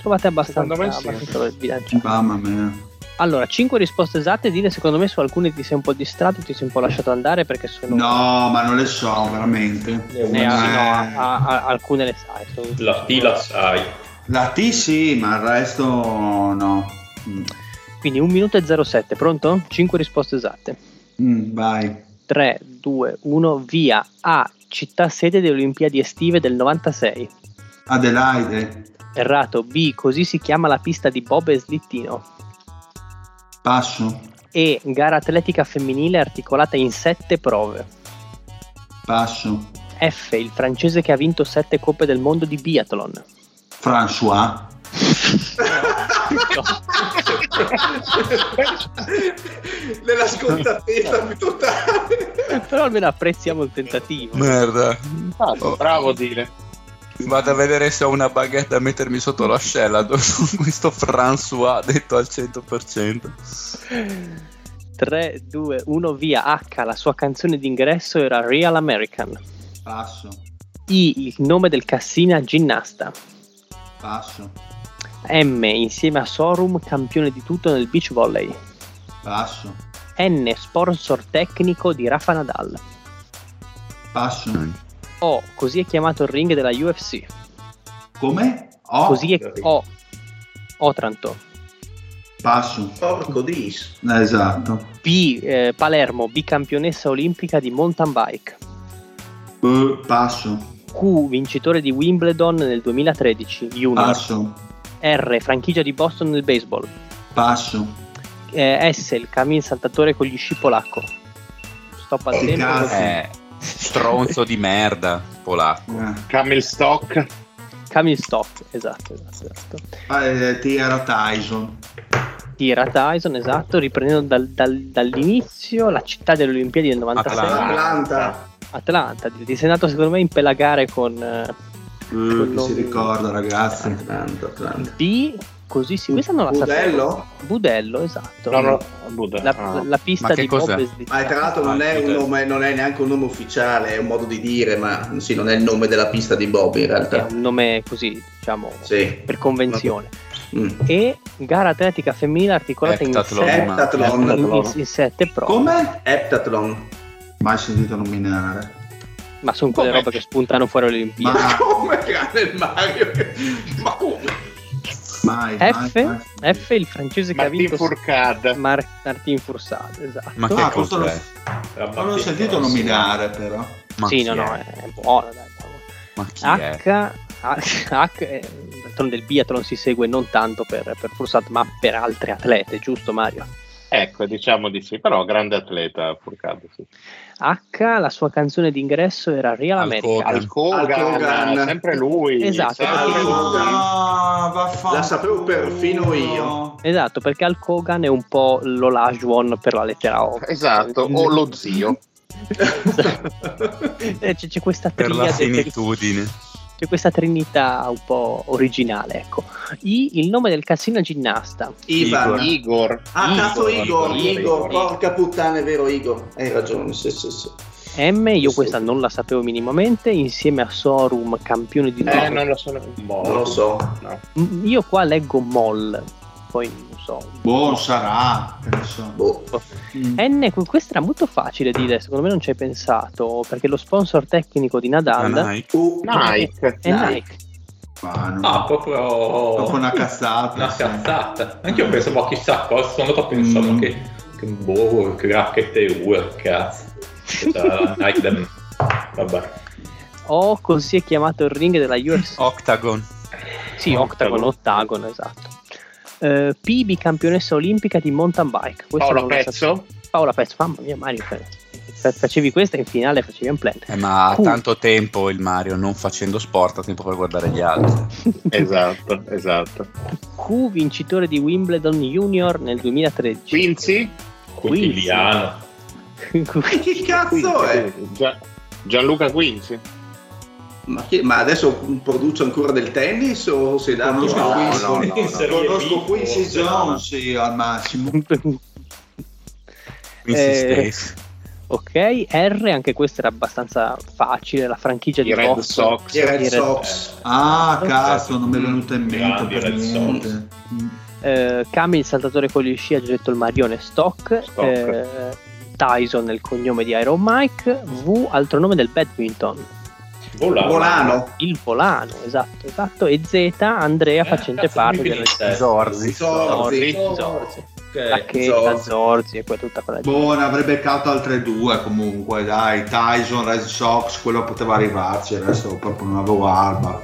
G: Trovate abbastanza,
F: Secondo me sì.
G: abbastanza sbilanciato.
B: mamma mia
G: Allora, 5 risposte esatte. Dile, secondo me, su alcune ti sei un po' distratto, ti sei un po' lasciato andare perché sono.
B: no ma non le so veramente
C: Eh,
G: Ne
C: una-
G: ha-
B: Eh.
G: no, a- a- alcune le sai. sono-
C: La T la sai.
B: la T sì ma il resto no Mm.
G: Quindi 1 minuto e 07, pronto? 5 risposte esatte.
B: Mm, vai
G: 3, 2, 1, via. A. Città sede delle Olimpiadi estive del 96.
B: Adelaide
G: Errato. B. Così si chiama la pista di Bob e Slittino.
B: passo
G: E. Gara atletica femminile articolata in 7 prove.
B: passo
G: F. Il francese che ha vinto 7 coppe del mondo di biathlon.
B: François
D: Nella scontatezza più totale.
G: Però almeno apprezziamo il tentativo.
I: Merda.
F: Bravo, Oh. bravo dire.
I: Vado a vedere se ho una baguette da mettermi sotto l'ascella. dove sono Questo François detto al 100%.
G: 3, 2, 1, via. H. La sua canzone d'ingresso era Real American.
B: passo
G: I. Il nome del Cassina ginnasta.
B: passo
G: M. Insieme a Sorum, campione di tutto nel beach volley.
B: passo
G: N. Sponsor tecnico di Rafa Nadal.
B: passo
G: O. Così è chiamato il ring della UFC.
B: come? O
G: Così è. O. Otranto.
B: passo
D: Porco dis.
B: esatto
G: B. eh, Palermo, bicampionessa olimpica di mountain bike.
B: B, passo
G: Q. Vincitore di Wimbledon nel 2013. Junior.
B: passo
G: R. Franchigia di Boston nel baseball.
B: passo
G: Eh, S. Il camin saltatore con gli sci polacco. Stop al
B: Che
G: tempo.
E: Eh,
B: cazzo.
I: Eh, stronzo di merda, polacco.
B: Eh.
F: Camel Stock.
G: Camille Stock, esatto, esatto, esatto.
B: Eh, tira Tyson.
G: Tira Tyson, esatto, riprendendo dal- dal- dall'inizio la città delle Olimpiadi del 96.
D: Atlanta.
G: Atlanta, ti ti sei andato secondo me in pelagare con eh,
B: Mm, chi
G: Quello-
B: si ricorda ragazzi.
D: Atlanta, Atlanta.
G: B, così sì, questa non la sapevo.
D: Budello?
G: Budello, esatto.
C: No, no, Buddha.
G: La,
C: Ah.
G: la pista
E: Ma che
G: di
E: cos'è?
G: Bob Eslitta.
D: Ma tra l'altro non è, un nome- non è neanche un nome ufficiale, è un modo di dire, ma sì, non è il nome della pista di Bob in
G: è
D: realtà.
G: un nome così, diciamo,
D: Sì.
G: per convenzione.
D: Mm.
G: E gara atletica femminile articolata in
E: Heptathlon.
G: sette,
D: Heptathlon.
G: in- in sette prove.
B: Come?
D: Heptathlon.
B: Mai sentito nominare.
G: Ma sono quelle
D: Come?
G: robe che spuntano fuori alle Olimpiadi.
B: Ma-
D: Come grande il Mario? Ma come?
B: Mai, mai, mai.
G: F, F, il francese che ha
F: Martin
G: vinto
F: Fourcade.
G: Mar- Martin Fursade, esatto.
E: Ma
B: Ah,
E: che
B: questo
E: cos'è?
B: Non l'ho sentito nominare però.
D: Eh,
E: Ma
G: sì,
E: chi
G: no,
E: è?
G: no, è buona, dai. cavolo.
E: Ma chi è?
G: H, H, H eh, d'altronde il biathlon si segue non tanto per, per Fursad, ma per altre atlete, giusto Mario?
F: Ecco, diciamo di sì, però grande atleta Fourcade. Sì.
G: H, la sua canzone d'ingresso era Real
E: Al
G: America.
E: Kogan.
F: Al Kogan,
D: Al Kogan.
F: sempre lui.
G: Esatto,
F: sempre
G: perché-
F: lui.
B: Ah, Eh, vaffanculo.
D: La sapevo perfino io.
G: Esatto, perché Al Kogan è un po' l'Olajuwon per la lettera O.
F: Esatto, o lo zio.
G: Eh, c'è, c'è questa
E: Per la
G: triade-
E: finitudine.
G: c'è questa trinità un po' originale, ecco. I, il nome del casino ginnasta.
D: Ivan.
F: Igor.
D: Ah, cazzo Igor,
F: Igor,
D: Igor, oh.
F: Igor.
D: porca puttana, è vero Igor. Hai ragione, sì, sì, sì. Eh?
G: M, io questa non la sapevo minimamente, insieme a Sorum, campione di
F: Eh,
G: nuoto.
F: non lo so. Boh.
D: Non lo so.
F: No.
G: M- Mm, Io qua leggo Moll, poi non so.
B: Buon Boh, sarà, che ne so.
D: Boh.
B: Mm.
G: N, que- questa era molto facile dire, secondo me non ci hai pensato, perché lo sponsor tecnico di Nadal
E: Ma Ah, Nike.
D: Uh,
F: Nike.
G: è Eh, Nike.
B: Ma non-
C: Ah, proprio...
B: Dopo una cazzata.
C: Una
B: sì.
C: cazzata. Anche io pensavo a chissà cosa, sono andato a pensare
B: Mm.
C: che, che boh, cracket e ur, cazzo. Cioè, Questa Nike da- Vabbè.
G: O così è chiamato il ring della UFC.
E: Octagon.
G: sì, Octagon, Ottagon, esatto. Eh, P di campionessa olimpica di mountain bike. Questa
F: Paola
G: non la sapevo.
F: Pezzo.
G: Paola Pezzo, mamma mia Mario. fa- fa- Facevi questa e in finale facevi un plan.
E: Eh, ma ha
G: Uh.
E: tanto tempo il Mario, non facendo sport, ha tempo per guardare gli altri.
F: Esatto, esatto.
G: Q vincitore di Wimbledon Junior nel 2013.
F: Quincy.
C: Quintiliano.
B: E chi cazzo è?
F: Quincy, Gia- Gianluca Quincy.
D: Ma, chi- ma adesso produce ancora del tennis o si dà
B: Conosco
D: ancora-
B: Quincy.
D: No, no,
C: In Serie B,
B: Conosco Quincy
C: forse,
B: Jones io, al massimo.
E: Quincy
G: Eh,
E: Stace.
G: ok, R anche questa era abbastanza facile, la franchigia
F: I
G: di
F: Red
G: box.
F: Sox.
D: I Red
G: I Red
D: Sox.
B: Ah, cazzo, non mi è venuto in mente
C: Grandi
B: per
C: Red Sox.
B: niente. Mm.
G: Eh, Kami il saltatore con gli sci ha già detto il Marione Stock,
F: Stock.
G: eh, Tyson è il cognome di Iron Mike, V altro nome del badminton,
C: Volano.
D: Volano.
G: il Volano, esatto, esatto, e Z Andrea
C: Eh,
G: facente
C: cazzo,
G: parte
C: mi
G: del
C: finisce.
E: Zorzi.
D: Zorzi.
G: Zorzi, Zorzi. la
C: Ok.
G: che la Zorzi e poi tutta quella gente.
B: Boh, ne avrebbe beccato altre due comunque, dai. Tyson, Red Sox, quello poteva arrivarci, adesso proprio non avevo alba.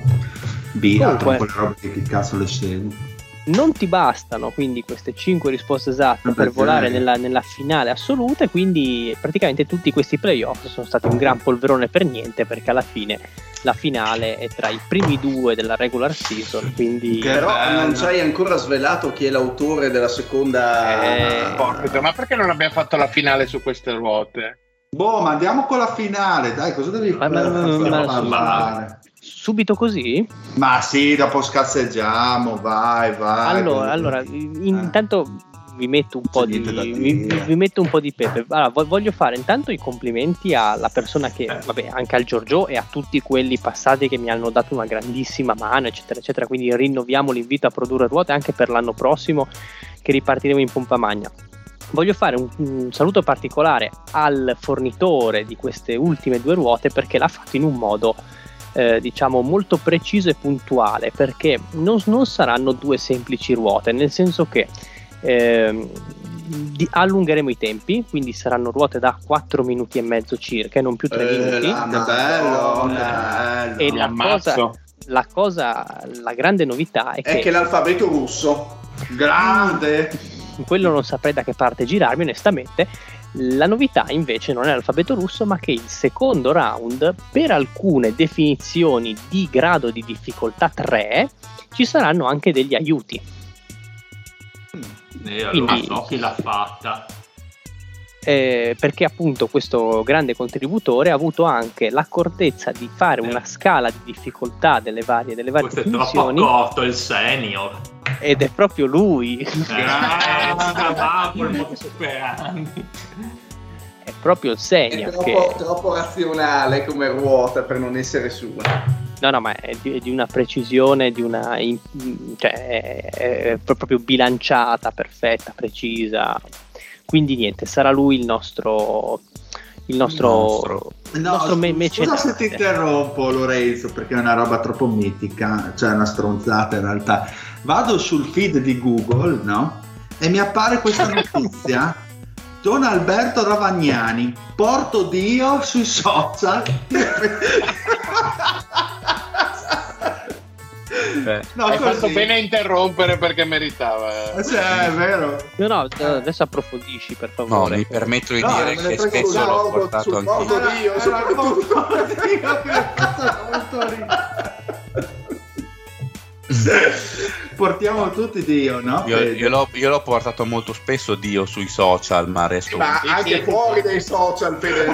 B: Bina,
G: Comunque-
B: con quelle robe che che cazzo le seguo.
G: Non ti bastano quindi queste 5 risposte esatte
B: Ma
G: per
B: perché?
G: volare nella, nella finale assoluta e quindi praticamente tutti questi playoff sono stati un gran polverone per niente perché alla fine la finale è tra i primi due della regular season quindi
B: Che
D: Però
B: bello.
D: non ci hai ancora svelato chi è l'autore della seconda...
G: Eh,
F: Porca tro- Ma perché non abbiamo fatto la finale su queste ruote?
B: Boh, ma andiamo con la finale, dai, cosa devi
G: Ma- ma- ma- ma- ma-
B: parlare?
G: subito così?
B: Ma sì, dopo scazzeggiamo, vai,
E: Ah,
B: vai.
G: allora,
B: Vai.
G: allora, intanto vi metto un po'
B: C'è
G: di
B: niente da
G: vi,
B: dire.
G: vi metto un po' di pepe. Allora, vo- voglio fare intanto i complimenti alla persona che,
B: Eh.
G: vabbè, anche al Giorgio e a tutti quelli passati che mi hanno dato una grandissima mano, eccetera, eccetera. Quindi rinnoviamo l'invito a produrre ruote anche per l'anno prossimo che ripartiremo in pompa magna. Voglio fare un, un saluto particolare al fornitore di queste ultime due ruote perché l'ha fatto in un modo eh, diciamo molto preciso e puntuale perché non, non saranno due semplici ruote nel senso che ehm, di- allungheremo i tempi quindi saranno ruote da 4 minuti e mezzo circa e non più 3
D: Eh,
G: minuti
D: la
B: Che bello, che
D: Madonna.
B: bello.
G: E la
F: L'ammazzo.
G: cosa, la cosa la grande novità è,
D: È che l'alfabeto russo.
B: Grande.
G: quello non saprei da che parte girarmi onestamente La novità invece non è l'alfabeto russo, ma che il secondo round, per alcune definizioni di grado di difficoltà 3, ci saranno anche degli aiuti.
C: E Eh, allora
G: Quindi-
C: so chi l'ha fatta.
G: eh, perché appunto questo grande contributore ha avuto anche l'accortezza di fare una scala di difficoltà delle varie, delle varie
C: Eh. Questo è troppo
G: definizioni
C: accorto il senior.
G: ed è proprio lui
C: Eh, scavato il modo superandi.
G: è proprio il
D: È
G: senior
D: troppo,
G: che
D: troppo razionale come ruota per non essere sua.
G: no no ma è di, di una precisione di una in- cioè è, è pro- proprio bilanciata perfetta precisa quindi niente sarà lui il nostro il nostro, il
B: No,
G: nostro me-
B: scusa se ti
G: mecenate.
B: interrompo Lorenzo perché è una roba troppo mitica, cioè è una stronzata in realtà. Vado sul feed di Google, no? E mi appare questa notizia. Don Alberto Ravagnani, porto Dio sui social. No,
F: Hai
B: così.
F: fatto bene a interrompere perché meritava. eh.
B: Cioè, è vero.
G: No, no, eh, adesso approfondisci per
I: No,
G: favore.
I: mi permetto di
D: No,
I: dire
D: me ne
I: che
D: frega un
I: spesso l'ho
D: cavolo,
I: portato
D: sul porto
I: anch'io.
B: Era-
D: Dio,
B: era
D: soprattutto.
B: porto Dio che ha fatto molto ridere. Portiamo tutti Dio, no?
I: Io,
B: Fede?
I: io l'ho, io l'ho portato molto spesso Dio sui social, ma resto
D: Ma
F: Sì,
D: anche
F: sì.
D: fuori dai social, Fede.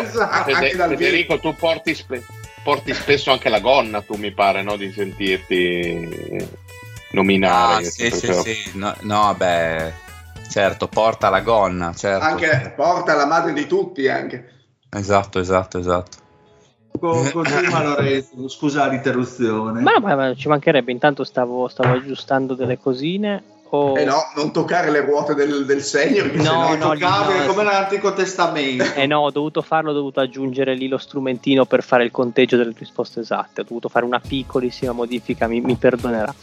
B: Esatto.
D: anche
F: Fede-
D: dal
F: Federico, tu porti, spe- porti spesso anche la gonna, tu mi pare, no? Di sentirti
I: Ah,
F: nominare.
I: sì, sì, sì. No, no, beh, certo, porta la gonna, certo.
D: Anche porta la madre di tutti anche.
I: Esatto, esatto, esatto.
B: Co- Continua Lorenzo, scusa l'interruzione.
G: Ma, ma- ma ci mancherebbe, intanto stavo, stavo aggiustando delle cosine. o-
D: Eh no, non toccare le ruote del, del senior. Che
G: No,
D: sennò-
B: no,
G: no, lì no, eh,
B: come
G: sì.
B: l'Antico Testamento.
G: Eh no, ho dovuto farlo, ho dovuto aggiungere lì lo strumentino per fare il conteggio delle risposte esatte. Ho dovuto fare una piccolissima modifica, mi, mi perdonerà.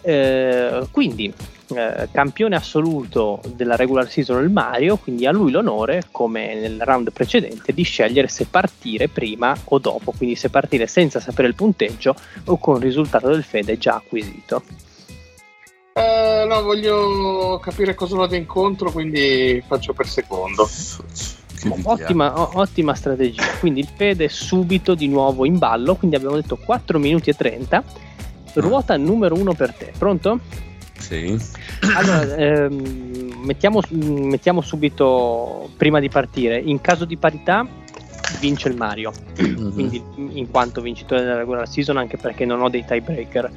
G: Eh, quindi, eh, campione assoluto della regular season il Mario, quindi a lui l'onore, come nel round precedente, di scegliere se partire prima o dopo, quindi se partire senza sapere il punteggio o con il risultato del Fede già acquisito.
F: Eh, no, voglio capire cosa vado incontro, quindi faccio per secondo.
I: Che vidia.
G: Ottima, o- ottima strategia. Quindi il Fede è subito di nuovo in ballo. Quindi abbiamo detto 4 minuti e 30. Ruota numero 1 per te, pronto?
I: Sì.
G: Allora, ehm, mettiamo, mettiamo subito prima di partire. In caso di parità, vince il Mario.
E: Mhm.
G: Quindi, in quanto vincitore della regular season, anche perché non ho dei tiebreaker.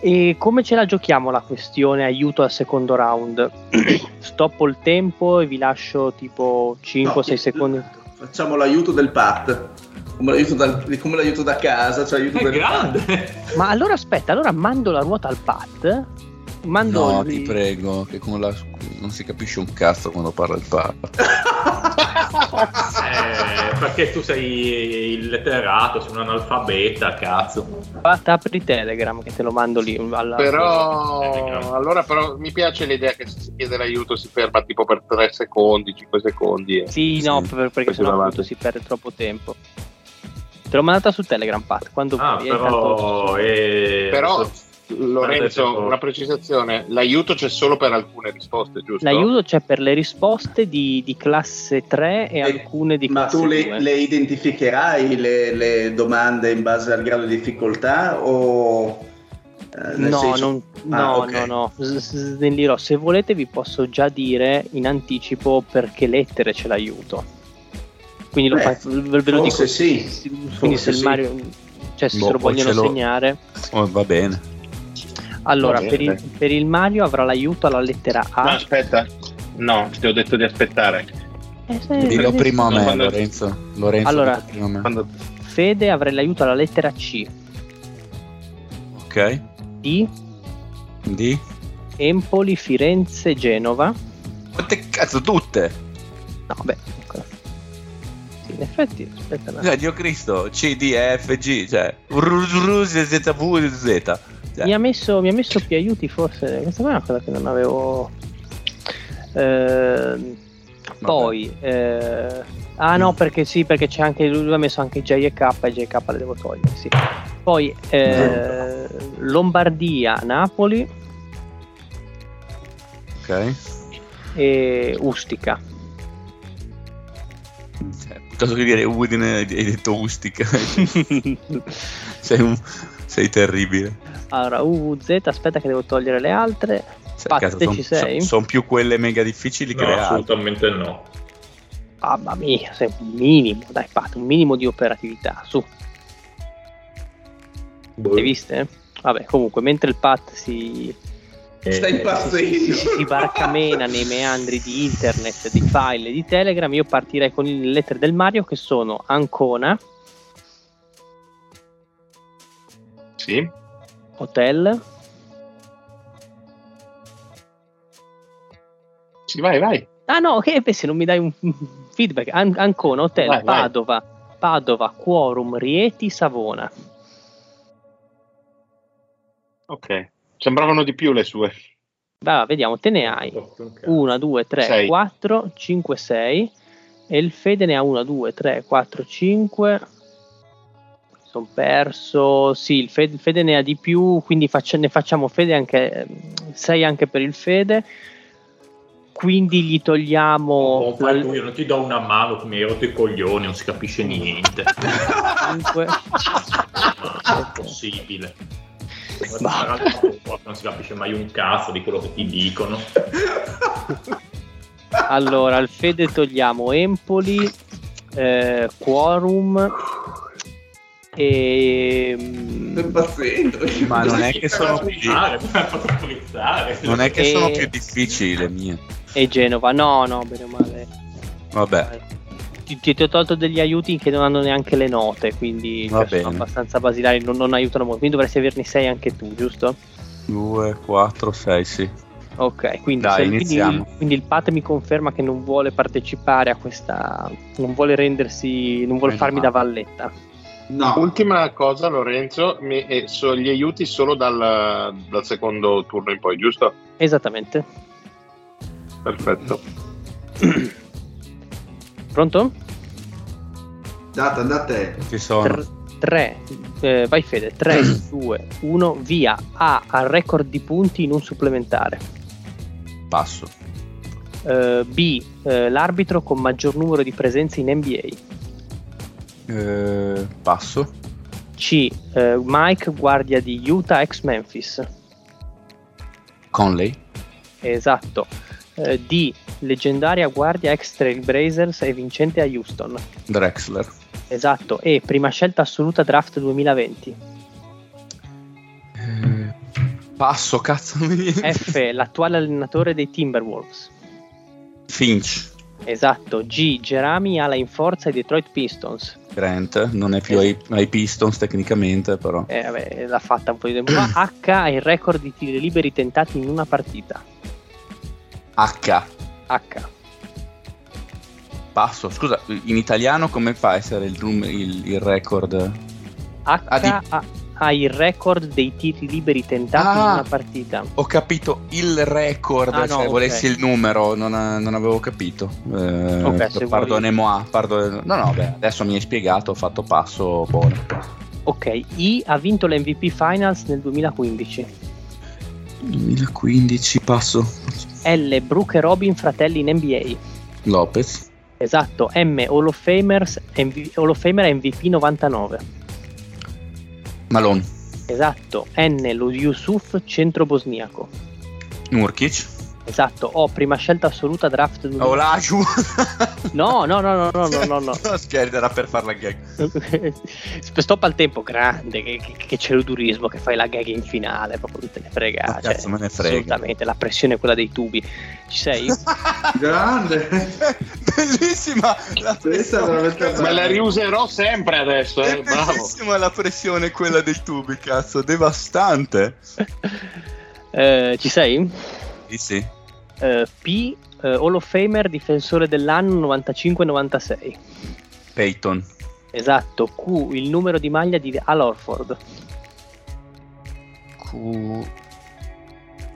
G: E come ce la giochiamo la questione aiuto al secondo round? Stoppo il tempo e vi lascio tipo 5-6
D: No,
G: secondi.
D: Facciamo l'aiuto del Pat. Come l'aiuto, dal- come l'aiuto da casa, cioè
G: Eh,
D: aiuto
C: È
D: del
C: grande.
G: Ma allora aspetta, allora mando la ruota al Pat. Mando
I: No,
G: il-
I: ti prego, che con la... non si capisce un cazzo quando parla il Papa.
C: Eh, perché tu sei illetterato, sei un analfabeta, cazzo.
G: Pat, apri Telegram che te lo mando lì. alla-
F: Però, allora, però mi piace l'idea che se si chiede l'aiuto si ferma tipo per 3 secondi, 5 secondi. eh. e-
G: Sì, no, per- perché
F: Questo
G: sennò
F: davanti.
G: appunto si perde troppo tempo. Te l'ho mandata su Telegram, Pat. Quando
C: Ah,
G: vuoi, eh,
C: però...
G: tanto-
C: eh,
F: Però,
C: adesso-
F: Lorenzo,
C: adesso-
F: una precisazione, l'aiuto c'è solo per alcune risposte, giusto?
G: L'aiuto c'è cioè, per le risposte di, di classe 3 e
D: Eh,
G: alcune di
D: Ma
G: classe
D: tu le,
G: 2.
D: le identificherai le, le domande in base al grado di difficoltà o... eh, nel
G: No,
D: senso-
G: non-
D: Ah,
G: no,
D: ok.
G: no, no, S- s- snellirò. Se volete vi posso già dire in anticipo per che lettere ce l'aiuto. Quindi lo
D: Beh,
G: fa- ve ve lo dico.
D: forse sì,
G: S- Quindi
D: forse
G: se il
D: sì.
G: Mario, cioè se
I: Boh,
G: se lo
I: poi
G: vogliono
I: ce l'ho.
G: segnare.
I: Oh, va bene.
G: Allora,
F: Va
G: per il,
F: bene.
G: per il Mario avrà l'aiuto alla lettera
F: No,
G: A.
F: aspetta. No, ti ho detto di aspettare.
G: Eh, se-
I: Dillo
G: se-
I: prima a me,
F: Quando-
I: Lorenzo. Lorenzo,
G: Allora.
I: dillo prima a me.
F: Quando-
G: Fede avrà l'aiuto alla lettera C.
I: Ok.
G: D.
I: Di?
G: Empoli, Firenze, Genova.
I: Quante cazzo, tutte?
G: No, beh, eccola. Sì, in effetti, aspetta un attimo.
I: Cioè, Dio Cristo, C, D, E, F, G, cioè... RUS, Z, V, Z.
E: Cioè.
G: Mi ha, messo, mi ha messo più aiuti forse. Questa qua è una cosa che non avevo. Ehm, poi. eh, ah no, perché sì, perché c'è anche lui, lui ha messo anche JK e JK le devo togliere. Sì. Poi eh, Lombardia, Napoli
I: Ok.
G: e Ustica.
E: cioè, piuttosto che dire Udine hai detto Ustica. sei, un, sei terribile.
G: Allora, UZ, aspetta che devo togliere le altre.
E: Cioè,
G: Pat, te
E: sono
G: ci sei?
E: più quelle mega difficili che
C: No,
E: le altre.
C: assolutamente no.
G: Mamma mia, sei un minimo, dai Pat, un minimo di operatività, su. Le Boh, hai viste? Vabbè, comunque, mentre il Pat si,
C: Eh,
D: Stai
B: Ah,
G: si,
D: impazzendo.
G: si barcamena nei meandri di internet, di file, di Telegram, io partirei con le lettere del Mario che sono Ancona,
F: Sì.
G: Hotel,
F: Sì, vai, vai.
G: Ah no, che beh, se non mi dai un un feedback. An- Ancona, Hotel,
F: Vai, vai.
G: Padova, Padova, Quorum, Rieti, Savona.
F: Ok. Sembravano di più le sue.
G: Va, vediamo, te ne hai
C: Porca.
G: 1, 2, 3,
F: Sei.
G: 4, 5, 6 e il Fede ne ha 1, 2, 3, 4, 5. Sono perso. Sì, il Fede, il Fede ne ha di più, quindi faccia- ne facciamo Fede anche 6 anche per il Fede. Quindi gli togliamo
C: Oh, poi tu, io non ti do una mano come hai rotto i coglioni, non si capisce niente. Non
G: 5.
C: è possibile. Guarda, sarà il capo forte, Non si capisce mai un cazzo di quello che ti dicono.
G: Allora, al Fede togliamo Empoli, eh, Quorum ehm, e...
D: Stai impazzendo.
E: Ma non è che sono
C: Fatto
E: più,
C: frizzare, mi ha fatto frizzare.
E: non è che sono
G: Eh.
E: più difficili le mie.
G: e Genova. No, no, bene o
E: Eh.
G: male. eh,
E: Vabbè,
G: Ti, ti- ti ho tolto degli aiuti che non hanno neanche le note, quindi
E: Va
G: cioè, sono
E: bene.
G: abbastanza basilari, non, non aiutano molto. Quindi dovresti averne 6 anche tu, giusto?
E: 2, 4, 6, sì.
G: Ok, quindi,
E: Dai,
G: quindi-
E: iniziamo.
G: quindi, il Pat mi conferma che non vuole partecipare a questa... non vuole rendersi... non vuole
E: Meno
G: farmi da
E: male.
G: valletta.
B: No,
F: Ultima cosa, Lorenzo, mi- eh, so- gli aiuti solo dal, dal secondo turno in poi, giusto?
G: Esattamente.
F: Perfetto.
G: Pronto?
B: data andate.
E: Ci sono.
G: 3, eh, vai Fede, 3, 2, 1, via A al record di punti in un supplementare.
E: Passo.
G: Eh, B, eh, l'arbitro con maggior numero di presenze in NBA.
E: Eh, passo.
G: C, eh, Mike, guardia di Utah ex Memphis.
E: Conley.
G: Esatto. Eh, D, leggendaria guardia ex Trailblazers e vincente a Houston.
E: Drexler.
G: Esatto. E prima scelta assoluta draft 2020.
E: Eh, passo, cazzo. non mi viene.
G: F, l'attuale allenatore dei Timberwolves.
E: Finch.
G: Esatto. G, Jerami ala in forza ai Detroit Pistons.
E: Grant. Non è più ai, ai Pistons tecnicamente, però.
G: Eh, vabbè, l'ha fatta un po' di tempo fa. H ha il record di tiri liberi tentati in una partita. Eh.
E: H.
G: H.
E: Passo. Scusa, in italiano come fa a essere il, num- il- il record?
G: H
E: Ah, di-
G: ha, ha il record dei tiri liberi tentati in
E: Ah.
G: una partita.
E: Ho capito il record,
G: Ah,
E: se
G: no, ok.
E: volessi il numero, non, non avevo capito. Eh,
G: Ok, se vuoi-
E: pardone moi, pardone- No, no, beh, adesso mi hai spiegato, ho fatto passo buono.
G: Ok, I ha vinto l'MVP Finals nel 2015.
E: 2015 passo
G: L Brooke e Robin fratelli in NBA.
E: Lopez,
G: Esatto, M Hall of, Famers, MV Hall of Famer e MVP 99.
E: Malone,
G: Esatto, N lo Yusuf centro bosniaco.
E: Nurkic, Oh,
G: Esatto, O prima scelta assoluta draft 2020.
E: Olaju.
G: Mm. No, no, no, no, no, no, no, no.
E: scherzo, era per fare la gag.
G: Sp- Stoppa il tempo grande, che, che- che c'è l'udurismo che fai la gag in finale, proprio non te ne frega.
E: Ma
G: cioè,
E: Ah, cazzo, me ne frega.
G: Assolutamente, la pressione è quella dei tubi. Ci sei?
B: Grande.
E: Bellissima la
B: Questa è veramente
F: Me la
B: bella.
F: riuserò sempre adesso, eh,
E: È
F: bravo.
E: bellissima la pressione quella dei tubi, cazzo, devastante.
G: Eh, ci sei?
E: Sì, sì.
G: Eh, P, eh, Hall of Famer, difensore dell'anno 95-96.
E: Peyton,
G: Esatto, Q, il numero di maglia di Al Orford.
E: Q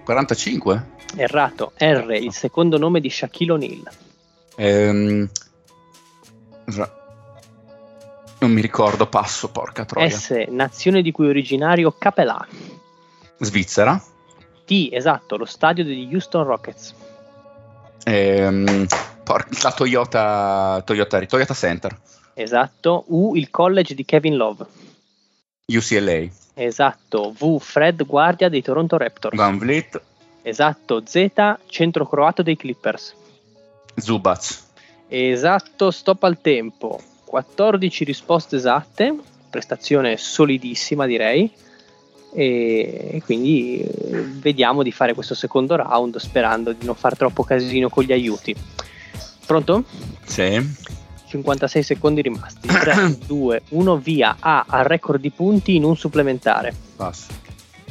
E: 45.
G: Errato, R,
E: Esatto.
G: il secondo nome di Shaquille O'Neal.
E: Ehm, ra- non mi ricordo, passo, porca troia.
G: S, nazione di cui è originario Capelà.
E: Svizzera.
G: T, esatto, lo stadio degli Houston Rockets.
E: Ehm, Porca- la Toyota, Toyota, Toyota Center,
G: Esatto. U, il college di Kevin Love.
E: UCLA,
G: Esatto. V, Fred Guardia dei Toronto Raptors.
E: Van Vliet,
G: Esatto. Z, centro croato dei Clippers.
E: Zubac.
G: Esatto, stop al tempo. 14 risposte esatte, prestazione solidissima direi. E e quindi eh, vediamo di fare questo secondo round sperando di non far troppo casino con gli aiuti. Pronto?
E: Sì.
G: 56 secondi rimasti. 3, 2, 1, via. A al record di punti in un supplementare.
E: Passo.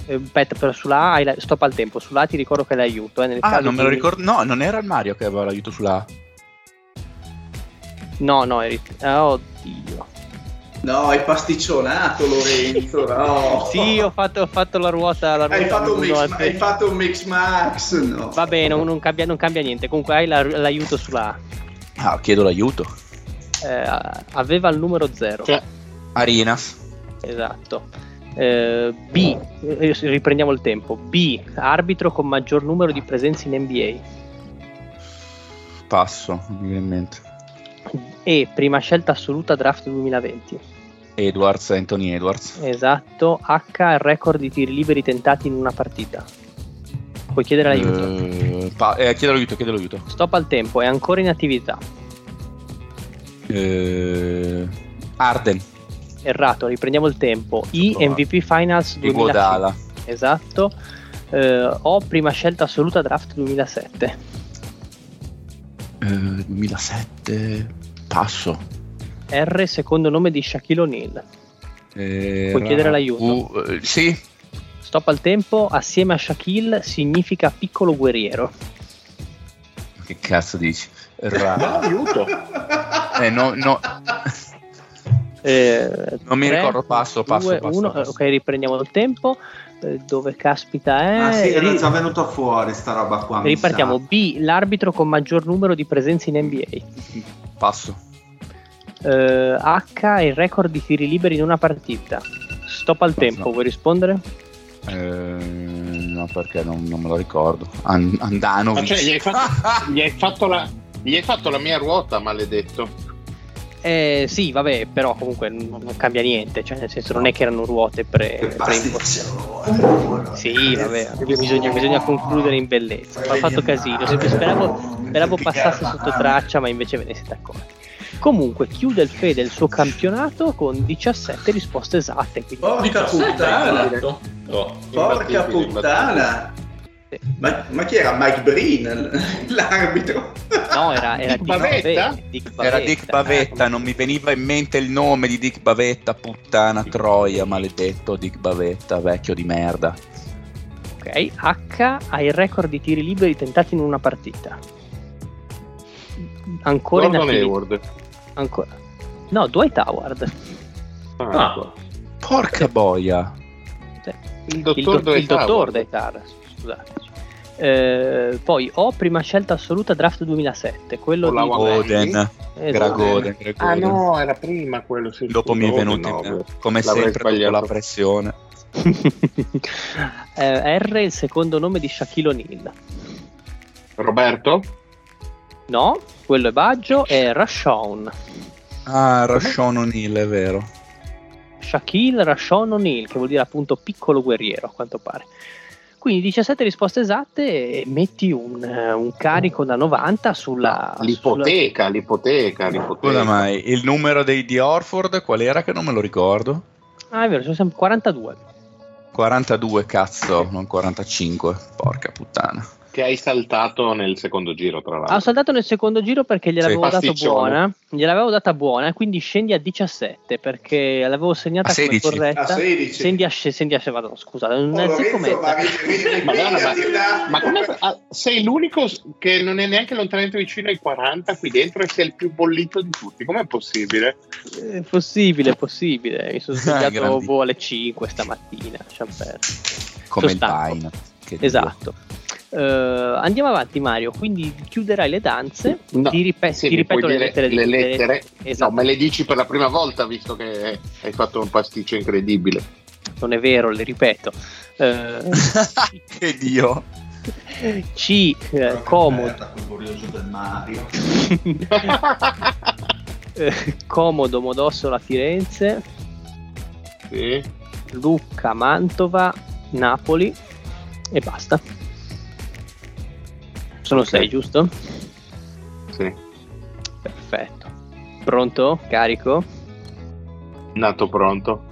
G: Eh, Aspetta, però sulla A hai la- stop al tempo. Sulla A ti ricordo che l'hai aiuto. Eh, nel
E: Ah,
G: caso
E: non me lo
G: di-
E: ricordo. No, non era il Mario che aveva l'aiuto sulla A.
G: No, no, eri... ah, oddio.
D: No, hai pasticcionato Lorenzo. No.
G: Sì, ho fatto, ho fatto la ruota. La ruota
D: Hai fatto, un
G: uno
D: mix,
G: al
D: hai
G: tempo.
D: fatto un mix max, no?
G: Va bene, non- non cambia, non cambia niente. Comunque hai la- l'aiuto sulla A.
E: Ah, chiedo l'aiuto.
G: Eh, aveva il numero 0.
F: Cioè,
E: Arinas.
G: Esatto. Eh, B, eh, riprendiamo il tempo. B, arbitro con maggior numero di presenze in NBA.
E: Passo, mi viene in mente.
G: E, prima scelta assoluta draft 2020.
E: Edwards, Anthony Edwards.
G: Esatto. H, il record di tiri liberi tentati in una partita. Puoi chiedere l'aiuto.
E: Eh, pa- eh, chiedo l'aiuto, chiedo l'aiuto.
G: Stop al tempo, è ancora in attività.
E: Eh, Arden,
G: Errato, riprendiamo il tempo. I,
E: Provato.
G: MVP Finals 2005.
E: Iguodala,
G: Esatto. Eh, ho prima scelta assoluta draft 2007.
E: Eh, 2007. Passo.
G: R secondo nome di Shaquille O'Neal.
E: Eh,
G: Puoi
E: era-
G: chiedere l'aiuto.
E: U- eh, sì,
G: Stop al tempo assieme a Shaquille significa piccolo guerriero.
E: che cazzo dici? Ra-
C: aiuto.
E: eh, no, no,
G: Eh,
E: Non mi
G: tre,
E: ricordo, passo, passo,
G: due,
E: passo,
G: uno.
E: passo.
G: Ok, riprendiamo il tempo. Eh, dove caspita è?
B: Ah sì, era
G: Eh, Ri-
B: già venuto fuori sta roba qua. mi
G: ripartiamo.
B: sa.
G: B, l'arbitro con maggior numero di presenze in NBA.
E: passo.
G: Eh, H, il record di tiri liberi in una partita. Stop al tempo,
E: no.
G: vuoi rispondere?
E: Eh, no, perché non, non me lo ricordo. An-
F: Ma
E: Andanovic.
F: cioè, gli hai fatto, gli hai fatto la, gli hai fatto la mia ruota, maledetto.
G: Eh, sì, vabbè, però comunque n- non cambia niente, cioè nel senso non è che erano ruote pre,
D: Che
G: preimpostate.
D: pasticcione.
G: Sì, vabbè, bisogna, bisogna concludere in bellezza. Ma ha fatto casino, sempre speravo, speravo passasse sotto traccia, ma invece ve ne siete accorti. Comunque chiude il Fede il suo campionato con 17 risposte esatte, quindi
D: Porca
C: eh,
D: puttana.
C: esatto. No,
D: Porca
C: imbattibile,
D: puttana. Ma, ma chi era Mike Breen, l'arbitro?
G: no, era,
F: Dick
G: era Dick
F: Bavetta?
G: Bave- Dick
E: Era Dick Bavetta, non mi veniva in mente il nome di Dick Bavetta, puttana troia, maledetto Dick Bavetta, vecchio di merda.
G: Ok, H ha il record di tiri liberi tentati in una partita. Ancora in
F: Gordon
G: attività.
F: Hayward.
G: Ancora. No, Dwight Howard.
F: Ah,
C: Ah,
E: Porca boia.
G: Cioè,
F: il
G: il,
F: dottor
G: do- il
F: Dwight
G: dottor
F: Howard.
G: Deitar, scusateci. Eh, poi ho prima scelta assoluta draft 2007, quello
F: Con la
G: di
F: Wamba.
E: Goden,
G: esatto.
E: Gragoden, Gragoden.
F: Ah no, era prima quello. sì,
E: Dopo mi è
F: scusa,
E: venuto
F: no,
E: in
F: no,
E: mente, come
F: l'avrei
E: sempre, dopo la
F: sbagliato.
E: pressione.
G: Eh, R il secondo nome di Shaquille O'Neal.
F: Roberto?
G: No, quello è Baggio è Rashawn.
E: Ah, Rashawn O'Neill, è vero.
G: Shaquille Rashawn O'Neal, che vuol dire appunto piccolo guerriero, a quanto pare. Quindi 17 risposte esatte e metti un, eh, un carico da 90 sulla... sulla-
F: L'ipoteca, l'ipoteca, l'ipoteca.
E: Scusa, ma il numero dei, di Orford qual era che non me lo ricordo?
G: Ah, è vero, sono sempre 42.
E: 42, cazzo, non 45. Porca puttana.
F: Che hai saltato nel secondo giro, tra l'altro.
G: Ah, ho saltato nel secondo giro perché gliel'avevo
F: Sì,
G: dato
F: pasticcione.
G: buona. Gliel'avevo data buona, quindi scendi a 17 perché l'avevo segnata
E: A
G: come
E: 16.
G: corretta.
D: A 16.
G: Scendi a, sce- scendi a sce- vado, scusa,
D: Oh,
G: non è
D: Lorenzo, ma
G: siccome-
D: ri- ri- ri-
F: Madonna, ma-
D: riprenditi un attimo.
F: Ma come ah, sei l'unico s- che non è neanche lontanamente vicino ai 40 qui dentro e sei il più bollito di tutti? Com'è possibile?
G: È possibile, è possibile. Mi sono
E: Ah,
G: svegliato
E: grandi.
G: boh, alle 5 stamattina. lasciamo perdere.
E: Come
G: Sono
E: il
G: stanco.
E: Dine. che Dio.
G: Esatto. Eh, andiamo avanti, Mario. Quindi chiuderai le danze.
F: No,
G: ti, ripe-
F: sì,
G: ti
F: mi puoi
G: ripeto le
F: dire
G: lettere.
F: le
G: le-
F: lettere?
G: Esatto.
F: No, me le dici per la prima volta visto che hai fatto un pasticcio incredibile.
G: Non è vero, le ripeto. Eh,
E: che Dio.
G: ci eh, comodo,
B: curioso del Mario.
G: eh, comodo Modossola Firenze,
F: Sì.
G: Lucca Mantova, Napoli e basta. Sono sei, giusto?
F: Sì.
G: Perfetto. Pronto? Carico?
F: Nato pronto.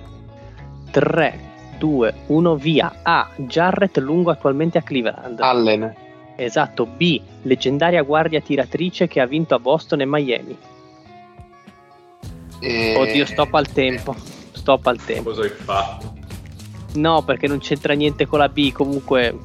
G: 3, 2, 1, via. A. Jarrett Lungo attualmente a Cleveland.
F: Allen.
G: Esatto, B. Leggendaria guardia tiratrice che ha vinto a Boston e Miami.
E: Eh.
F: E-
G: Oddio, stop al tempo. Stop al tempo.
C: Cosa hai fatto?
G: No, perché non c'entra niente con la B. Comunque,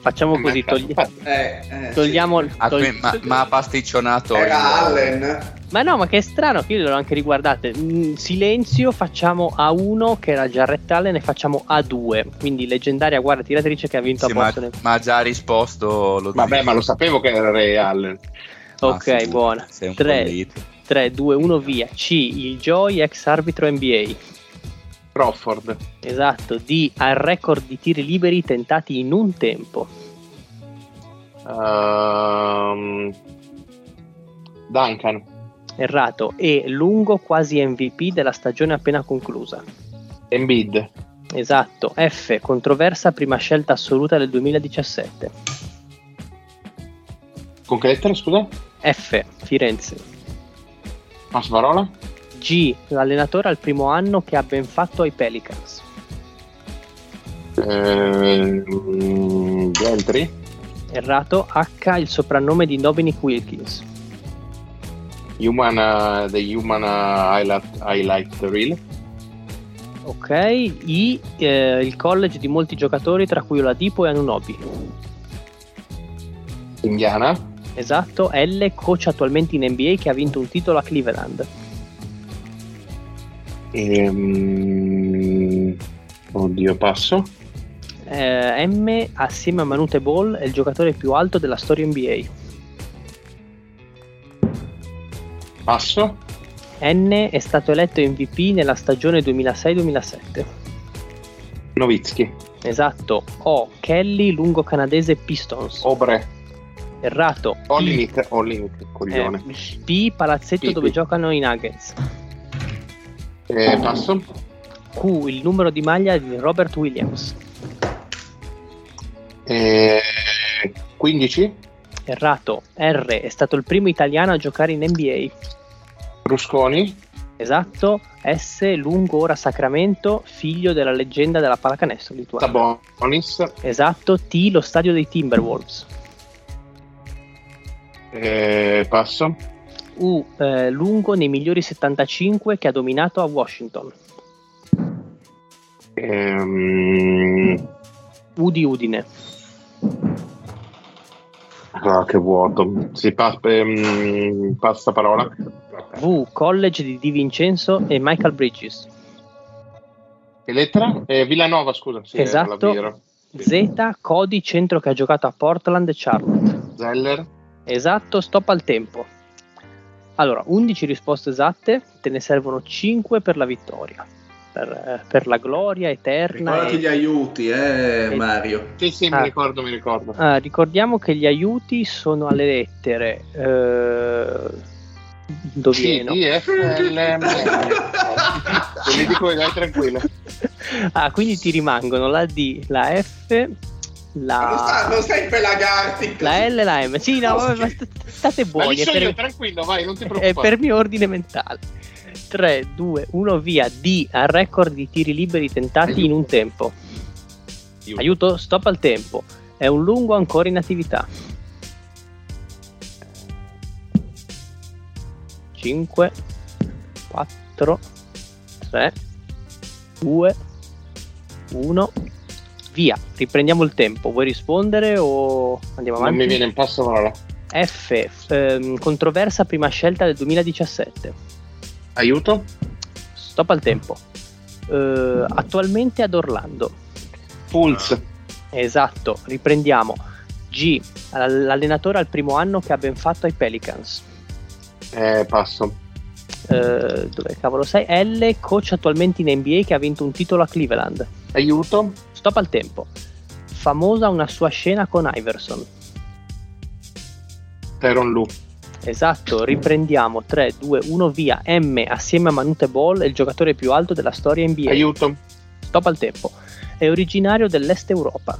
G: facciamo
F: Ma
G: così:
F: cazzo,
G: togli-
D: Eh, eh, sì.
G: togliamo. il-
E: Ah,
G: togli-
E: que- ma, ma ha pasticcionato il-
D: Era Allen.
G: Ma no, ma che strano, che io l'ho anche riguardate. Mm, silenzio, facciamo A1 che era Jarrett Allen e facciamo A2. Quindi leggendaria guardia tiratrice che ha vinto
E: Sì,
G: a
E: ma,
G: Boston. e-
E: ma ha già risposto lo
F: Vabbè, ma lo sapevo che era Ray Allen.
I: Ah,
G: ok, buona.
E: sei un
G: 3,
E: fallito.
G: 2, 1, via. C, il Joy, ex arbitro NBA.
F: Crawford.
G: Esatto, D, al record di tiri liberi tentati in un tempo.
F: Ehm, Duncan.
G: Errato. E, lungo quasi MVP della stagione appena conclusa.
F: Embiid.
G: Esatto, F, controversa prima scelta assoluta del 2017.
F: Con che lettera, scusa?
G: F, Firenze.
F: Max Varola.
G: G, l'allenatore al primo anno che ha ben fatto ai Pelicans.
F: Ehm, Gentry.
G: Errato, H, il soprannome di Dominic Wilkins.
F: Human, uh, the Human uh, Highlight, highlight Reel.
G: Ok, I, eh, il college di molti giocatori tra cui Oladipo e Anunobi.
F: Indiana.
G: Esatto, L, coach attualmente in NBA che ha vinto un titolo a Cleveland.
F: Ehm, oddio, passo.
G: Eh, M, assieme a Manute Ball, è il giocatore più alto della storia NBA.
F: Passo.
G: N è stato eletto MVP nella stagione 2006-2007.
F: Novitsky.
G: Esatto, O, Kelly, lungo canadese Pistons.
F: Obre.
G: Errato.
F: All
G: I,
F: limit, all limit, coglione.
G: Eh, P, palazzetto
F: Sì,
G: dove
F: sì.
G: giocano i Nuggets.
F: Eh, passo.
G: Q, il numero di maglia di Robert Williams.
F: Eh, 15.
G: Errato. R, è stato il primo italiano a giocare in NBA.
F: Rusconi.
G: Esatto. S, lungo ora Sacramento, figlio della leggenda della pallacanestro lituana.
F: Sabonis.
G: Esatto. T, lo stadio dei Timberwolves.
F: Eh, passo.
G: U, eh, lungo nei migliori 75 che ha dominato a Washington.
F: Ehm,
G: U di Udine.
F: ah, che vuoto. Si pa- ehm, passa parola.
G: V, college di Di Vincenzo e Michael Bridges.
F: Che lettera? Eh, Villanova, scusa. Sì,
G: Esatto.
F: era la Viro.
G: Z, Cody, centro che ha giocato a Portland e Charlotte.
F: Zeller.
G: Esatto, stop al tempo. Allora, 11 risposte esatte, te ne servono 5 per la vittoria, per, eh, per la gloria eterna.
D: Ricordati
G: e-
D: gli aiuti, eh,
G: e-
D: Mario.
F: Sì, sì,
G: Ah.
F: mi ricordo, mi ricordo.
G: Ah, ricordiamo che gli aiuti sono alle lettere. eh,
F: C,
G: Dovieno.
F: D, F, L, M, N. Te li dico, dai, tranquillo.
G: ah, quindi ti rimangono la D, la F,
D: Non, sta-
G: la,
D: non stai per lagarti così.
G: Ah. la L e la M. Sì, no, vabbè, ma st- state
F: Ma li
G: buoni. è
F: so
G: per-
F: io, tranquillo, vai, non ti
G: è
F: preoccupare.
G: per mio ordine mentale. 3, 2, 1, via. D al record di tiri liberi tentati in un tempo.
F: Aiuto.
G: Aiuto, stop al tempo. È un lungo ancora in attività. 5, 4, 3, 2, 1, via. Riprendiamo il tempo. Vuoi rispondere o andiamo
F: Non
G: avanti?
F: mi viene in passo parola.
G: F, ehm, controversa prima scelta del 2017.
F: Aiuto.
G: Stop al tempo. Eh, attualmente ad Orlando.
F: Pulse.
G: Esatto, riprendiamo. G, all- l'allenatore al primo anno che ha ben fatto ai Pelicans.
F: Eh, passo.
G: Eh, dove cavolo sei? L, coach attualmente in NBA che ha vinto un titolo a Cleveland.
F: Aiuto.
G: Stop al tempo. famosa una sua scena con Iverson.
F: Tyron Lu.
G: Esatto, riprendiamo 3, 2, 1 via M assieme a Manute Ball è il giocatore più alto della storia NBA.
F: Aiuto.
G: Stop al tempo. È originario dell'Est Europa.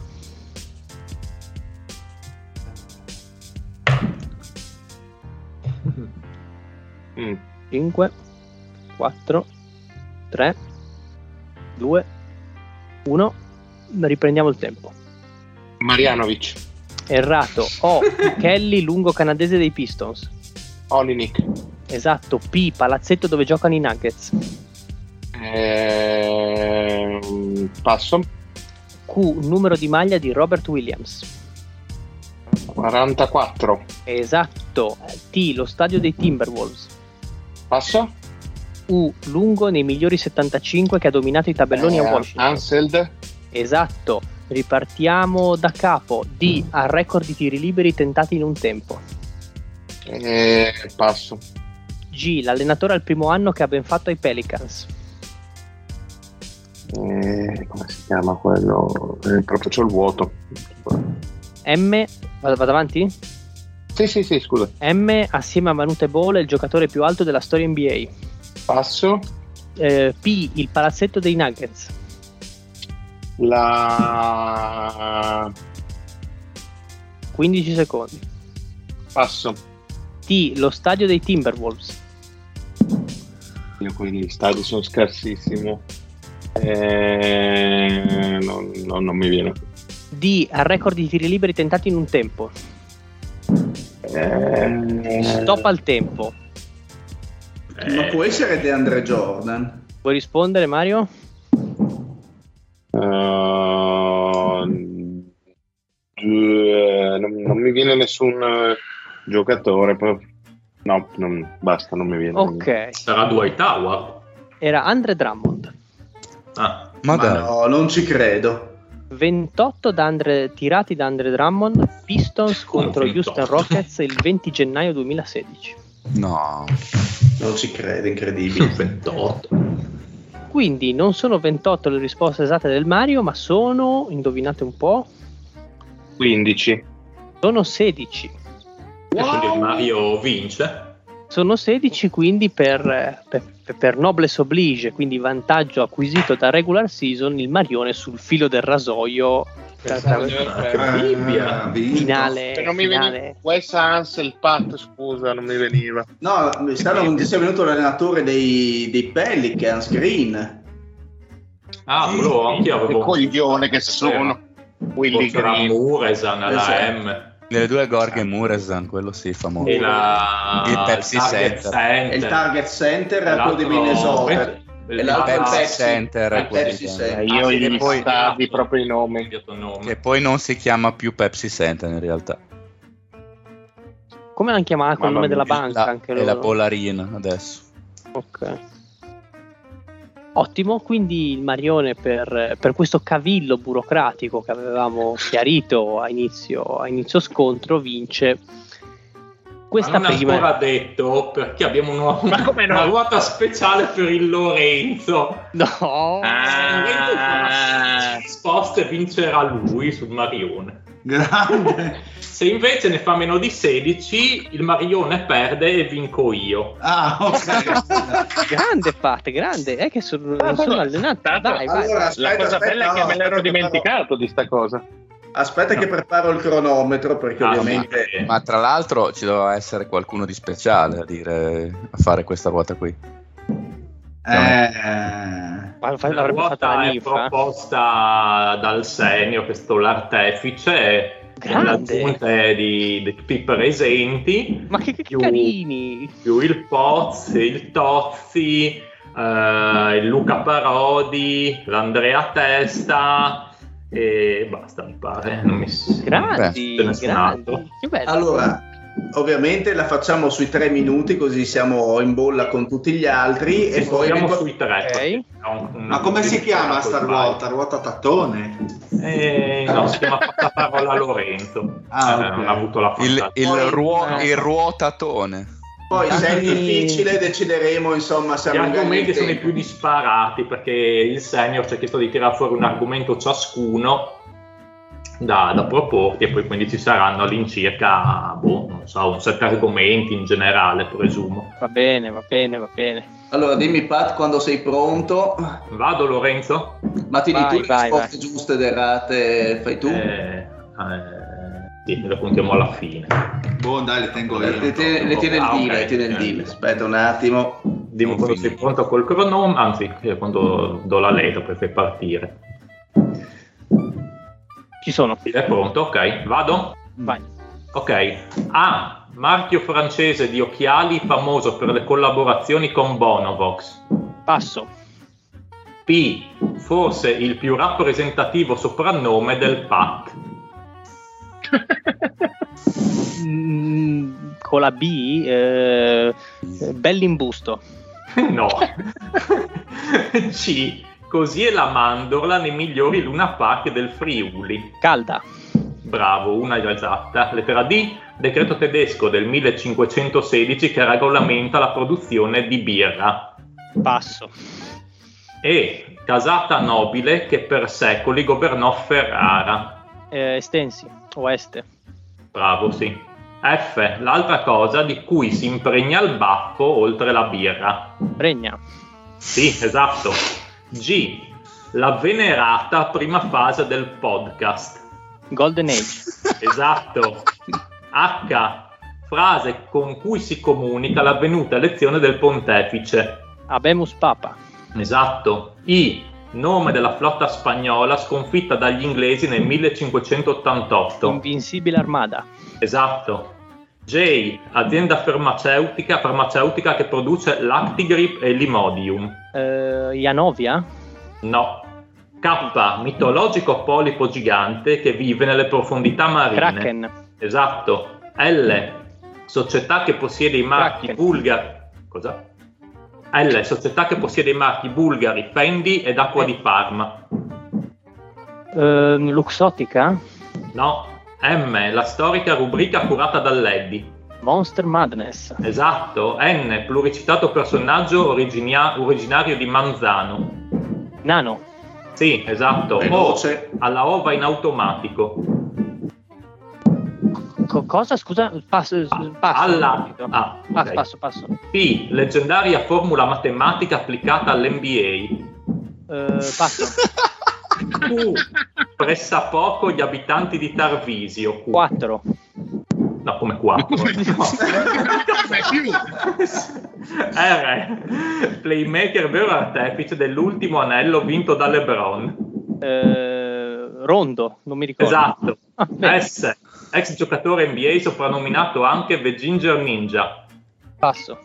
F: Mm.
G: 5, 4, 3, 2, 1. Riprendiamo il tempo.
F: Marianovic.
G: Errato. O. Kelly, lungo canadese dei Pistons.
F: Olinik.
G: Esatto. P. Palazzetto dove giocano i Nuggets.
F: Ehm, passo.
G: Q. Numero di maglia di Robert Williams.
F: 44.
G: Esatto. T. Lo stadio dei Timberwolves.
F: Passo.
G: U. Lungo nei migliori 75 che ha dominato i tabelloni
F: Eh,
G: a Washington.
F: Anseld.
G: Esatto. Ripartiamo da capo. D. Al record di tiri liberi tentati in un tempo.
F: Eh, passo.
G: G. L'allenatore al primo anno che ha ben fatto ai Pelicans.
F: Eh, come si chiama quello? Eh, proprio c'ho il vuoto.
G: M. Vado, vado avanti?
F: Sì, sì, sì, scusa.
G: M. Assieme a Manute Ball è il giocatore più alto della storia NBA.
F: Passo.
G: Eh, P. Il palazzetto dei Nuggets.
F: La
G: 15 secondi.
F: passo.
G: T. Lo stadio dei Timberwolves.
F: Io con gli stadi sono scarsissimo. Eh, no, no, non mi viene.
G: D. Al record di tiri liberi tentati in un tempo.
F: Eh,
G: Stop al tempo.
D: Ma può essere De Andre Jordan?
G: Vuoi rispondere, Mario?
F: eh, due- non, non mi viene nessun eh, giocatore. però- No, non- basta, non mi viene.
G: Ok.
C: Sarà Dwight Howard.
G: Era Andre Drummond.
C: Ah,
I: Ma,
D: Ma
I: dai,
D: no, non ci credo.
G: 28 da Andre- tirati da Andre Drummond, Pistons
C: Come
G: contro
C: 28?
G: Houston Rockets il 20 gennaio 2016.
I: no.
D: Non ci credo, incredibile.
C: 28.
G: Quindi non sono 28 le risposte esatte del Mario, ma sono, indovinate un po',
F: 15.
G: sono 16.
C: E quindi il Mario vince.
G: Sono 16 quindi per, per, per nobles oblige, quindi vantaggio acquisito da regular season, il Marione sul filo del rasoio. tra- tra-
F: Pensavo di aver
C: Ah,
F: perso.
C: che Bibbia.
B: Ah, vinto.
G: finale,
F: Cioè, non mi veniva
G: finale.
F: Wes Ansel Pat scusa non mi veniva
D: No, mi sa che non ti sia venuto l'allenatore dei, dei Pelicans, Green.
C: Ah, quello anche io
F: che
C: avevo.
F: coglione che
C: Era.
F: sono Willy
C: Forse era
F: Green
C: Muresan, la
D: Esatto.
C: M
I: Nelle due Gorghe Muresan, quello sì, famoso.
C: e la
I: Il Pepsi
C: Target
I: Center.
D: E il target center era quello di
C: L'altro-
D: Minnesota.
C: Eh,
D: E l'altro è
I: Pepsi
D: il
C: l'altro-
D: Pepsi.
I: Center,
D: Il
I: quello
D: Pepsi
I: di-
D: Center.
F: Eh, io
C: Ah, sì,
F: gli
C: che poi-
F: stadi proprio i
C: ho
F: nomi
C: cambiato nome.
I: Che poi non si chiama più Pepsi Center in realtà.
G: Come l'hanno chiamata con il
F: Mamma
G: nome
F: mia,
G: della banca?
I: La-
G: anche
I: è la
G: loro?
I: Polarina adesso.
G: Ok. Ottimo, quindi il Marione per, per questo cavillo burocratico che avevamo chiarito a inizio, a inizio scontro vince questa
C: Ma non ha
G: prima.
C: ancora detto perché abbiamo una,
F: Ma come no?
C: una ruota speciale per il Lorenzo.
G: No,
C: Ah, risposte vincerà lui sul Marione.
B: Grande.
C: Se invece ne fa meno di 16, il Marione perde e vinco io.
B: Ah, ok.
G: grande Pat, grande, è che sono,
C: Ah,
G: non sono allenato. Dai, vai.
D: Allora,
F: la
D: aspetta,
F: cosa
D: aspetta,
F: bella è che
D: no,
F: me l'ero
D: aspetta,
F: dimenticato di sta cosa
D: preparo- Aspetta che preparo il cronometro perché
C: Ah,
D: ovviamente...
C: sì.
I: Ma tra l'altro ci doveva essere qualcuno di speciale a dire a fare questa ruota qui.
B: Eh,
G: Ma fa-
C: la
G: l'avrebbe fatta la
C: ruota è
G: eh? ninfa.
C: proposta dal senio, questo l'artefice,
G: Grande.
C: la giunta è di, di tutti i presenti,
G: Ma che, che
C: più-
G: carini!
C: più il Pozzi, il Tozzi, eh, il Luca Parodi, l'Andrea Testa e basta, mi
I: Eh,
C: pare. Non mi s-
G: Grandi,
C: ce ne sono
G: grandi.
C: altro.
G: Che bello.
D: Allora, ovviamente la facciamo sui tre minuti così siamo in bolla con tutti gli altri e poi...
C: Siamo
D: ricor-
C: sui tre.
G: Ok.
C: perché no,
B: ma
C: non
B: come si chiama
C: col
B: sta
C: pai.
B: ruota? Ruota tattone?
C: Eh, no, si chiama fatta parola Lorenzo.
B: Ah,
C: Eh,
B: ok.
C: Non ha avuto la
I: Il,
C: facoltà.
I: il
D: Poi-
I: ruo-
D: eh.
I: il ruotatone.
D: Poi se è
G: Tanti-
D: difficile decideremo insomma se
C: Gli
D: allungare
C: argomenti
D: il
C: sono i
D: tempo.
C: più disparati perché il senior ci ha chiesto di tirare fuori un argomento ciascuno da, da proporti e poi quindi ci saranno all'incirca, boh, non so, un sette argomenti in generale, presumo.
G: Va bene, va bene, va bene.
D: Allora dimmi Pat quando sei pronto,
C: Vado Lorenzo?
D: ma ti
G: Vai,
D: dico le
G: vai,
D: risposte
G: vai.
D: giuste ed errate, fai tu.
C: Eh, eh, sì, le puntiamo alla fine.
B: Boh, dai, le tengo io.
D: le, tiene- le tiene il
C: Ah, ok.
D: deal, le tiene il deal. Aspetta un attimo.
C: Dimmi quando sei pronto col cronom, anzi eh, quando do la lei per far partire.
G: Ci sono.
C: Sì, È pronto? Ok, vado?
G: Vai.
C: Ok. A. Marchio francese di occhiali famoso per le collaborazioni con Bonovox.
G: Passo.
C: P. Forse il più rappresentativo soprannome del Pat.
G: Mm, Con la B, eh, Bellimbusto.
C: No. C. Così è la mandorla nei migliori Luna Park del Friuli.
G: Calda.
C: Bravo, una già esatta. Lettera D, decreto tedesco del 1516 che regolamenta la produzione di birra.
G: Passo.
C: E, casata nobile che per secoli governò Ferrara.
G: Eh, estensi. Oeste.
C: Bravo, sì. F, l'altra cosa di cui si impregna il baffo oltre la birra.
G: Regna.
C: Sì, esatto. G, la venerata prima fase del podcast.
G: Golden Age.
C: Esatto. H. Frase con cui si comunica l'avvenuta elezione del pontefice.
G: Abemus Papa.
C: Esatto. I. Nome della flotta spagnola sconfitta dagli inglesi nel 1588.
G: Invincibile Armada.
C: Esatto. J. Azienda farmaceutica, farmaceutica che produce Lactigrip e Limodium.
G: Eh, Ianovia.
C: No. K. Mitologico polipo gigante che vive nelle profondità marine.
G: Kraken.
C: Esatto. L, società che possiede i marchi
G: Kraken.
C: bulgari. Cosa? L, società che possiede i marchi bulgari, Fendi ed Acqua di Parma.
G: Eh, Luxotica.
C: No. M, la storica rubrica curata dall'Eddy.
G: Monster Madness.
C: Esatto. N, pluricitato personaggio originia- originario di Manzano.
G: Nano.
C: Sì, esatto. O,
D: Veloce.
C: alla ova in automatico.
G: Co- cosa? Scusa. Passo.
C: A-
G: passo.
C: Ah, alla A.
G: Ah,
C: ok.
G: passo, passo.
C: P, leggendaria formula matematica applicata all'NBA.
G: Eh, passo.
C: Q. Pressapoco gli abitanti di Tarvisio. Q.
G: 4.
C: No, come 4. R. Eh, Playmaker vero artefice dell'ultimo anello vinto da LeBron.
G: Eh, rondo, non mi ricordo.
C: Esatto.
G: Ah, bene,
C: S. Ex giocatore NBA soprannominato anche The Ginger Ninja.
G: passo.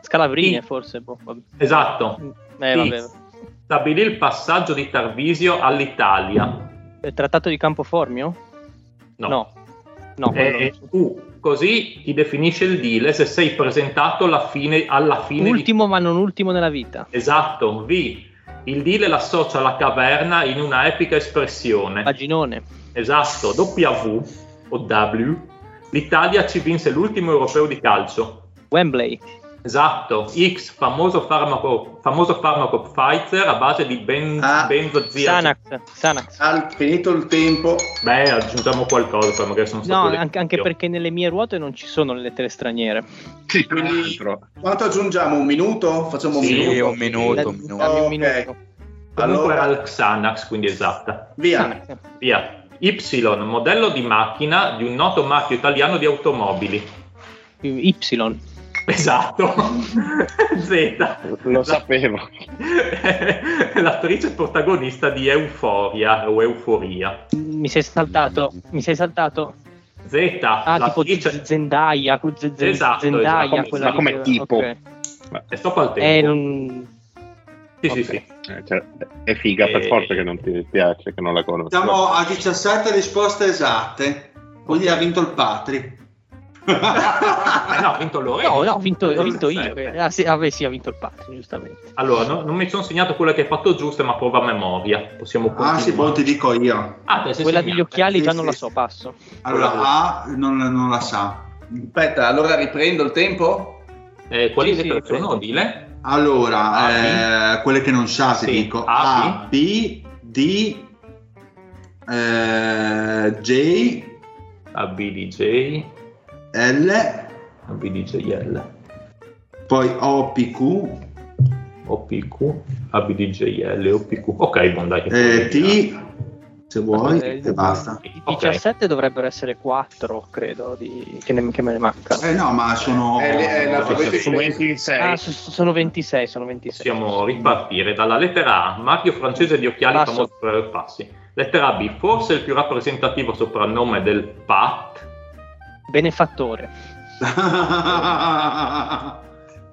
G: Scalabrine,
C: Sì.
G: forse. boh, vabbè.
C: Esatto.
G: Eh,
C: Sì.
G: vabbè.
C: Stabilì il passaggio di Tarvisio all'Italia.
G: Eh, Trattato di Campoformio?
C: No. Eh,
G: No, No, quello
C: E-
G: non so.
C: e U. Così ti definisce il deal se sei presentato alla fine, alla fine di
G: Ultimo, ma non ultimo nella vita.
C: Esatto, V. Il deal l'associa alla caverna in una epica espressione.
G: Paginone.
C: Esatto, W o W. L'Italia ci vinse l'ultimo europeo di calcio.
G: Wembley.
C: Esatto, X, famoso farmaco, famoso farmaco Pfizer a base di ben,
D: Ah,
C: benzoziazine.
G: Sanax. Sanax.
C: Ah,
D: Al finito il tempo.
C: Beh, aggiungiamo qualcosa, poi magari sono
G: No,
C: stato
G: anche, anche
C: io.
G: perché nelle mie ruote non ci sono le lettere straniere.
F: Sì, tra
D: Quindi-
F: l'altro.
D: Quanto aggiungiamo? Un minuto? Facciamo un
I: Sì,
D: minuto.
I: un minuto, un
D: Eh,
I: minuto.
G: Dammi un minuto.
D: ok,
C: Comunque
D: Allora-
C: era il Xanax, quindi esatta.
D: Via.
G: Sanax.
C: Via. Y, modello di macchina di un noto marchio italiano di automobili.
G: Y.
C: Esatto. Z.
F: Lo sapevo.
C: L'attrice protagonista di Euforia o Euforia.
G: Mi sei saltato. Mi sei saltato.
C: Z.
G: Ah, tipo
C: l'attrice-
G: Zendaya. cu- Z- Z-
C: Esatto,
G: Zendaya,
C: esatto.
G: quella
C: Ma
G: lì
F: come
G: che-
F: tipo?
G: ok.
C: E sto al tempo.
G: Eh, non...
C: Sì, sì,
F: Ok.
C: sì.
F: Eh, cioè, è figa per
C: Eh.
F: forza che non ti piace, che non la conosci.
B: Siamo a 17 risposte esatte, quindi ha vinto il Patri.
C: Ah, no, ha vinto Lorenzo.
G: No, no, ho vinto, ho
C: Cosa
G: vinto io.
C: serve?
G: Ah, sì, ah, beh, sì, ha vinto il Patri, giustamente.
C: Allora, no- non mi sono segnato quella che hai fatto giusta, ma prova a memoria. Possiamo
B: ah,
C: continuare.
B: sì, poi ti dico io.
C: Ah, te sei
G: Quella
C: segnato.
G: degli occhiali già
B: Sì,
G: non
B: sì.
G: la so, passo.
B: Allora, A non, non la sa.
D: Aspetta, allora riprendo il tempo?
C: Eh, quali
G: Sì, sì,
C: lettere
G: sì.
C: sono? Dile. Ah,
B: Allora, eh, Ah. quelle che non sa, ti
C: Sì.
B: dico.
C: A,
B: A, B, D, eh, J,
C: ABDJ,
B: L,
C: ABDJL,
B: poi OPQ,
C: OPQ, ABDJL, OPQ. Ok, buon dai.
B: eh, T, se vuoi,
G: Eh,
B: e basta.
G: I
C: Ok.
G: 17 dovrebbero essere 4, credo, di- che, ne- che me ne mancano.
B: Eh no, ma sono...
F: È, è l'alfabeto
C: Su
F: inglese.
G: Ah, so- so- sono 26, sono 26.
C: Possiamo ripartire dalla lettera A, marchio francese di occhiali
G: Passo.
C: famoso per passi. Lettera B, forse il più rappresentativo soprannome del Pat.
G: Benefattore.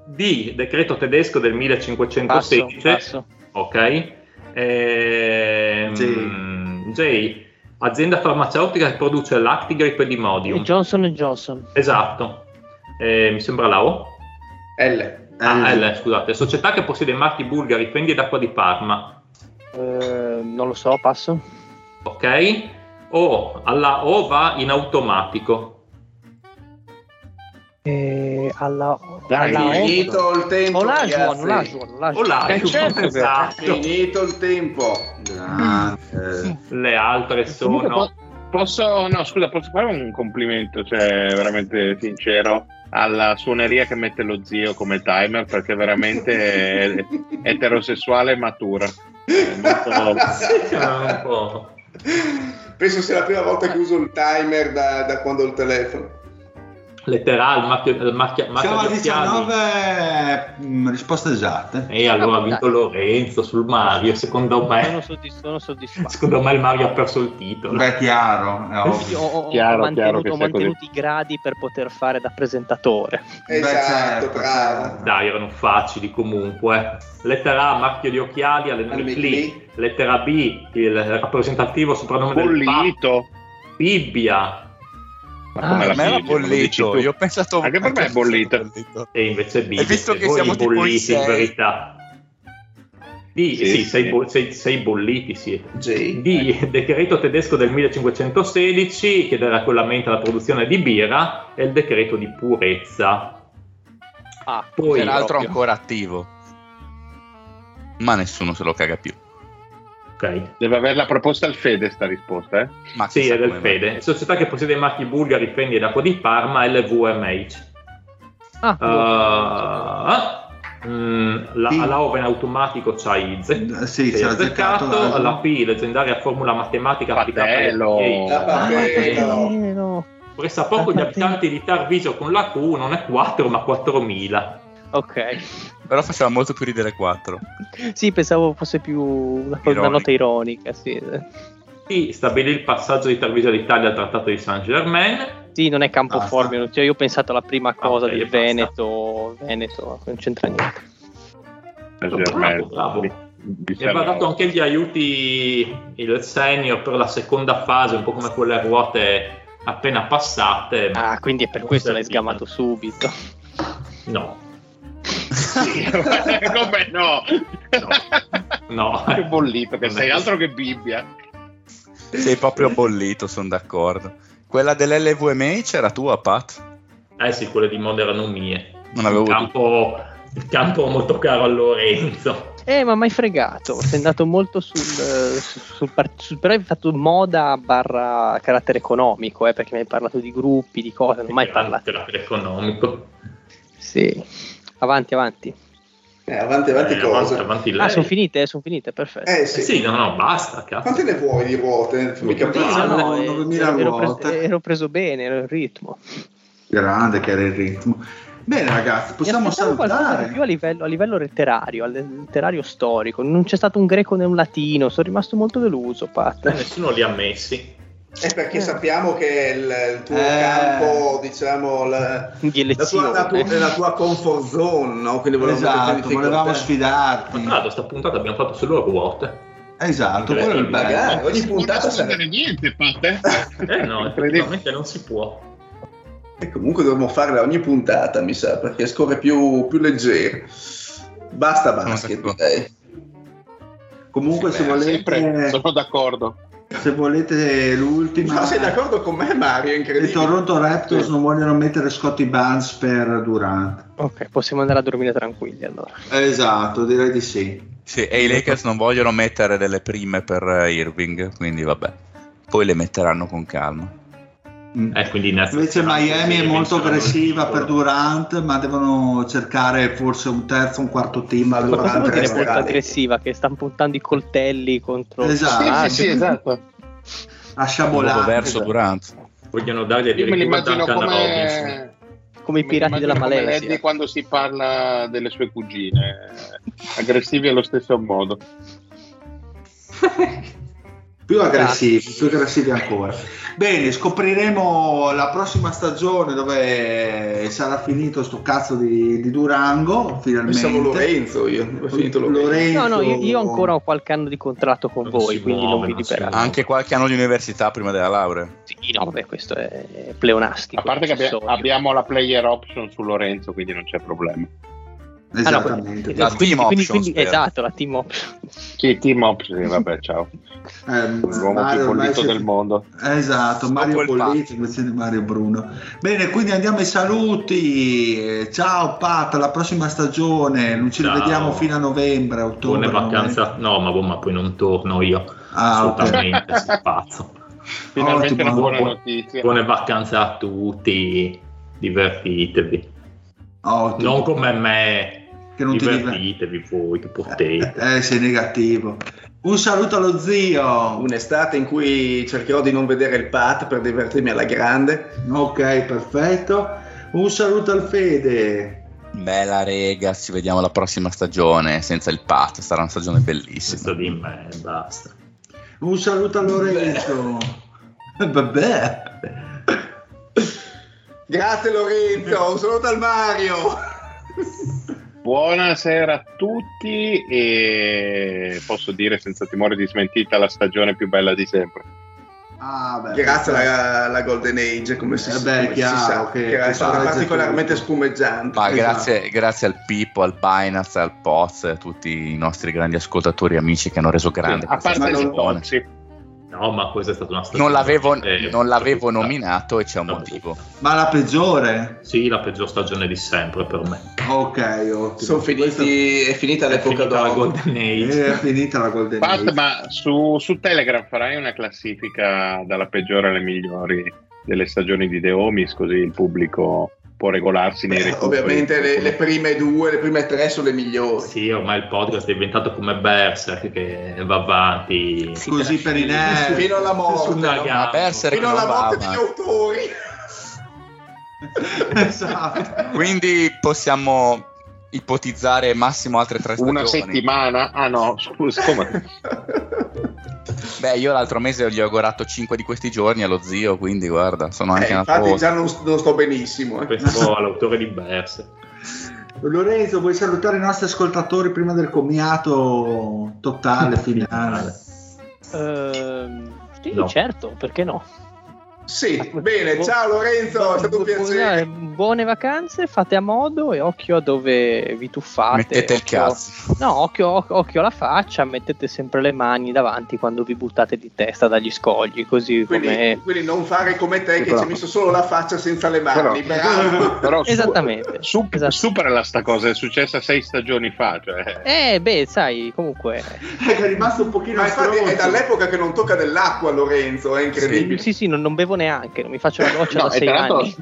C: D, decreto tedesco del
G: Passo,
C: 1516.
G: passo.
C: Ok. Ehm, J, azienda farmaceutica che produce l'actigrip di modium.
G: Johnson Johnson.
C: Esatto. Eh, mi sembra la O.
F: L.
C: Ah, L, scusate. Società che possiede marchi bulgari, prendi d'acqua di Parma.
G: Eh, non lo so, passo.
C: Ok. O, alla O va in automatico.
G: Eh, alla,
F: Dai,
G: alla
F: dai.
G: O.
D: Finito il tempo.
G: Olajuwon,
D: ragazzi.
G: Olajuwon,
C: O
G: Olajuwon.
C: la
I: Eh, certo,
C: esatto.
D: Finito il tempo.
B: Grande.
C: Le altre
F: Comunque
C: sono...
F: po- Posso, no, scusa, posso fare un complimento, cioè veramente sincero, alla suoneria che mette lo zio come timer perché veramente è eterosessuale e matura. È
C: Eh, un po'.
J: Penso sia la prima volta che uso il timer da, da quando ho il telefono.
C: Lettera A, il marchio, il marchio, marchio
B: Siamo a
C: di occhiali.
B: 19 mm, risposte esatte.
C: E allora ha vinto Lorenzo sul Mario, secondo
G: Sono,
C: me.
G: soddisf- sono soddisfatto.
C: Secondo me il Mario ha perso il titolo.
B: Beh, chiaro, è
G: Io
B: ovvio.
G: ho, ho-
F: Chiaro,
G: ho
F: chiaro
G: mantenuto,
F: che
G: ho
F: sia così.
G: mantenuto i gradi per poter fare da presentatore.
J: Esatto,
B: certo.
J: bravo.
C: Dai, erano facili comunque. Lettera A, marchio di occhiali, Allen
J: Allen
C: Clee. Lettera B, il rappresentativo soprannome del Papa,
F: bollito.
C: Bibbia.
F: Ma come
G: Ah,
F: la
I: A me era
F: Bibbia, lo dici tu?
I: bollito, io ho pensato
F: Anche per me è bollito.
C: E invece Bibbia.
I: E visto
C: se
I: che
C: voi
I: siamo tipo in
C: bolliti in
I: sei-
C: verità. D, sì,
F: Sì, sì.
C: Sei, bo- sei- sei bolliti, sì.
J: J.
B: Ecco.
C: D, decreto tedesco del 1516 che dà regolamento alla produzione di birra e il decreto di purezza.
G: Ah,
C: Poi,
G: peraltro
I: Peraltro
G: ancora.
I: ancora attivo. Ma nessuno se lo caga più.
C: Ok.
F: Deve averla proposta al Fede sta risposta, eh?
I: Ma
C: Sì,
I: Ah, chissà
C: è del
I: come mai.
C: Fede. Società che possiede i marchi bulgari, prendi ed acqua di Parma, LVMH.
G: Ah,
C: Uh, mm, la,
B: Sì.
C: alla Oven automatico c'ha Izze.
B: Sì,
C: Sei
B: ci ha azzeccato. eh.
C: azzeccato. Alla P, legendaria formula matematica applicata alle
F: Fratello.
C: PA.
J: Ah, vabbè,
C: eh,
J: no.
G: Eh, no.
C: Pressa poco gli
G: Fratello.
C: abitanti di Tarviso con la Q non è 4 ma 4000.
G: Ok.
I: Però faceva molto più ridere 4.
G: Sì, pensavo fosse più una, cosa-
I: Ironica.
G: una nota ironica. Sì.
C: Sì, stabilì il passaggio di Tarviso all'Italia al trattato di Saint Germain.
G: Sì, non è Campoformio. Cioè, io ho pensato alla prima cosa
C: ok,
G: di
C: basta.
G: Veneto, Veneto, non c'entra niente.
C: Bravo, bravo. E va dato anche gli aiuti il senior per la seconda fase, un po' come quelle ruote appena passate. ma
G: Ah, quindi è per
C: non
G: questo l'hai
C: servivano.
G: sgamato subito.
C: No,
F: Come no?
C: no.
F: che bollito che
C: Non è così.
F: sei, altro che Bibbia.
I: Sei proprio bollito, sono d'accordo. Quella dell'LVMH era tua, Pat?
C: Eh sì, quelle di Modena erano mie.
I: Non avevo
C: Il campo, il campo molto caro a Lorenzo.
G: Eh, ma mai fregato. Sei andato molto sul. eh, su- sul par- su- però hai fatto moda barra carattere economico, eh, perché mi hai parlato di gruppi, di cose, non ho mai
C: Era un
G: parlato.
C: carattere economico.
G: Sì. Avanti, avanti.
J: Eh, avanti, avanti
C: Eh,
J: cosa?
C: avanti, avanti lei.
G: Ah, sono finite, eh, sono finite, perfetto.
J: Eh
C: Eh
J: sì.
C: sì, no, no, basta, cazzo.
J: Quante ne vuoi di ruote? Fammi
C: Sì,
J: capire.
G: No, no,
B: no,
G: eh,
B: 9000
G: ero, ero preso, eh,
B: volte.
G: ero preso bene, ero in ritmo.
B: Grande che era il ritmo. Bene ragazzi, possiamo
G: Mi aspettavo qualcosa di più a
B: salutare.
G: livello, a livello letterario, a le- letterario storico. Non c'è stato un greco né un latino, sono rimasto molto deluso,
C: Eh,
G: Pat.
C: Nessuno li ha messi.
J: È perché sappiamo che il, il tuo
B: Eh.
J: campo, diciamo, la,
G: Di
J: la tua,
G: elezione.
J: la tua- la tua comfort zone, no? Quindi volevamo metterti
B: Esatto,
J: in
B: volevamo
J: difficoltà.
C: Ma
B: sfidarti.
C: tra l'altro sta puntata abbiamo fatto solo ruote.
B: Esatto, quello è il bello.
J: Magari, Eh, ogni puntata sarà...
F: niente, Pate.
C: Eh no, effettivamente non si può.
J: E comunque dovremmo farla ogni puntata, mi sa, perché scorre più, più leggero. Basta basket,
I: d'accordo.
J: direi.
B: Comunque se volete,
F: sono d'accordo.
B: se volete l'ultima...
J: Ma sei d'accordo con me, Mario? È
B: I
J: Incredibile.
B: Toronto Raptors non vogliono mettere Scotty Barnes per Durant.
G: Ok, possiamo andare a dormire tranquilli allora.
B: Esatto, direi di sì.
I: Sì, e i Lakers non vogliono mettere delle prime per eh, Irving, quindi vabbè.
E: poi le metteranno con calma.
C: Eh, quindi
B: Mm. Invece Miami è molto aggressiva per Durant, ma devono cercare forse un terzo, un quarto team a
G: Ma cosa
B: Durant.
G: vuol dire molto
B: resterà lì.
G: aggressiva che stanno puntando i coltelli contro
B: Esatto. Sì,
G: Ah,
B: sì, sì, esatto. A sciabolare.
E: verso Durant.
C: Vogliono dargli
F: Io me
C: addirittura
F: l'immagino
C: Duncan Robinson.
F: come,
G: come i pirati della
F: come
G: Malesia
F: Eddie quando si parla delle sue cugine, eh, aggressivi allo stesso modo.
B: Più aggressivi, più aggressivi ancora. Bene, scopriremo la prossima stagione dove sarà finito sto cazzo di, di Durango, finalmente.
D: Pensavo Lorenzo, io. Ho finito Lorenzo.
B: Lorenzo.
G: no no io, io ancora ho qualche anno di contratto con voi quindi non vi liberate
E: Anche qualche anno di università prima della laurea.
G: Sì, no vabbè questo è pleonastico
F: A parte che abbia-
G: accessorio.
F: abbiamo la player option su Lorenzo, quindi non c'è problema.
G: Ah, no,
B: Esattamente.
E: La team
G: quindi,
E: option,
G: quindi-
E: spero.
G: esatto la team option
F: Sì, team option, sì, vabbè, ciao.
B: Ehm,
F: L'uomo più
B: Mario ormai
F: bollito
B: si-
F: del mondo.
B: Esatto, Mario
E: il patto.
B: Polletti, invece di Mario Bruno. Bene, quindi andiamo ai saluti. Ciao Pat, alla prossima stagione. Non ci
C: Ciao.
B: rivediamo fino a novembre, ottobre.
C: Buone vacanze, no, ma, boh, ma poi non torno io.
B: eh. Ah, ok.
C: Assolutamente, sei pazzo.
F: Finalmente
B: Ottimo.
F: una buona
C: Buone-
F: notizia.
C: Buone vacanze a tutti, divertitevi.
B: Ah, Ottimo.
C: Non come me,
B: Che non ti
C: divertitevi voi che potete.
B: Eh, sei negativo. Un saluto allo zio.
D: Un'estate in cui cercherò di non vedere il Pat per divertirmi alla grande.
B: Ok, perfetto. Un saluto al Fede.
E: Bella rega, ci vediamo la prossima stagione senza il pat, sarà una stagione
C: Questo
E: bellissima.
C: di me, basta.
B: Un saluto a Lorenzo. Vabbè.
D: Grazie Lorenzo, un saluto al Mario.
F: Buonasera a tutti e posso dire senza timore di smentita la stagione più bella di sempre.
B: Ah, beh,
D: Grazie alla, alla Golden Age, come si,
B: Eh beh,
D: come si
B: chiaro
D: sa,
B: che-
D: che era
B: che
D: stata
B: parla di
D: particolarmente
B: tutto.
D: spumeggiante.
E: Ma
B: Esatto.
E: grazie, grazie al Pippo, al Binance, al Poz, a tutti i nostri grandi ascoltatori e amici che hanno reso grande
F: a
E: questa
F: parte
B: stagione.
F: il
E: stagione.
F: Tozzi.
C: No, ma questa è stata una stagione.
E: Non l'avevo,
C: eh,
E: non l'avevo
C: brutta.
E: nominato e c'è un
C: No.
E: motivo.
B: Ma la peggiore?
C: Sì, la peggior stagione di sempre per me.
B: Ok, ottimo.
D: Sono finiti, è finita
C: È
D: l'epoca
C: finita la
D: d'oro.
C: Golden Age.
B: È finita la Golden
F: Pat,
B: Age.
F: ma su, su Telegram farai una classifica dalla peggiore alle migliori delle stagioni di The Omis, così il pubblico può regolarsi nei
D: Beh,
F: recuperi.
D: Eh, Ovviamente le, le prime due, le prime tre sono le migliori.
C: Sì, ormai il podcast è diventato come Berserk che va avanti.
B: Così per i nerd.
D: Fino alla morte.
C: Su una
D: no?
C: gamba.
E: Berserk
D: Fino
E: non
D: alla
E: va
D: morte degli
E: avanti.
D: autori.
B: esatto.
E: Quindi possiamo ipotizzare massimo altre tre stagioni.
F: Una settimana? Ah no, scusa,
D: Eh,
F: come?
E: Beh, io l'altro mese gli ho augurato 5 di questi giorni allo zio, quindi guarda, sono anche
D: Eh,
E: una
D: infatti
E: cosa.
D: già non, non sto benissimo. eh.
C: Penso all'autore di Berserk.
B: Lorenzo, vuoi salutare i nostri ascoltatori prima del commiato totale finale?
G: Ehm, sì
C: No.
G: certo perché no
D: Sì, bene, ciao Lorenzo, è stato un piacere.
G: buone vacanze fate a modo e occhio a dove vi tuffate
E: Mettete il
G: occhio-
E: cazzo.
G: No, occhio, occhio- occhio alla faccia, mettete sempre le mani davanti quando vi buttate di testa dagli scogli, così
D: Quindi,
G: come...
D: quindi non fare come te che
F: Però-
D: ci hai messo solo la faccia senza le mani. bravo.
F: Però su-
G: Esattamente.
F: su-
G: Esatto.
F: Supera la sta cosa, è successa sei stagioni fa. Cioè.
G: Eh, beh, sai, comunque...
B: Che è rimasto un pochino
D: Ma infatti è
B: stronzo.
D: dall'epoca che non tocca dell'acqua Lorenzo, è incredibile.
G: Sì, sì, non, non bevo neanche, non mi faccio la doccia
F: No,
G: da
F: e
G: sei
F: tra l'altro-
G: anni.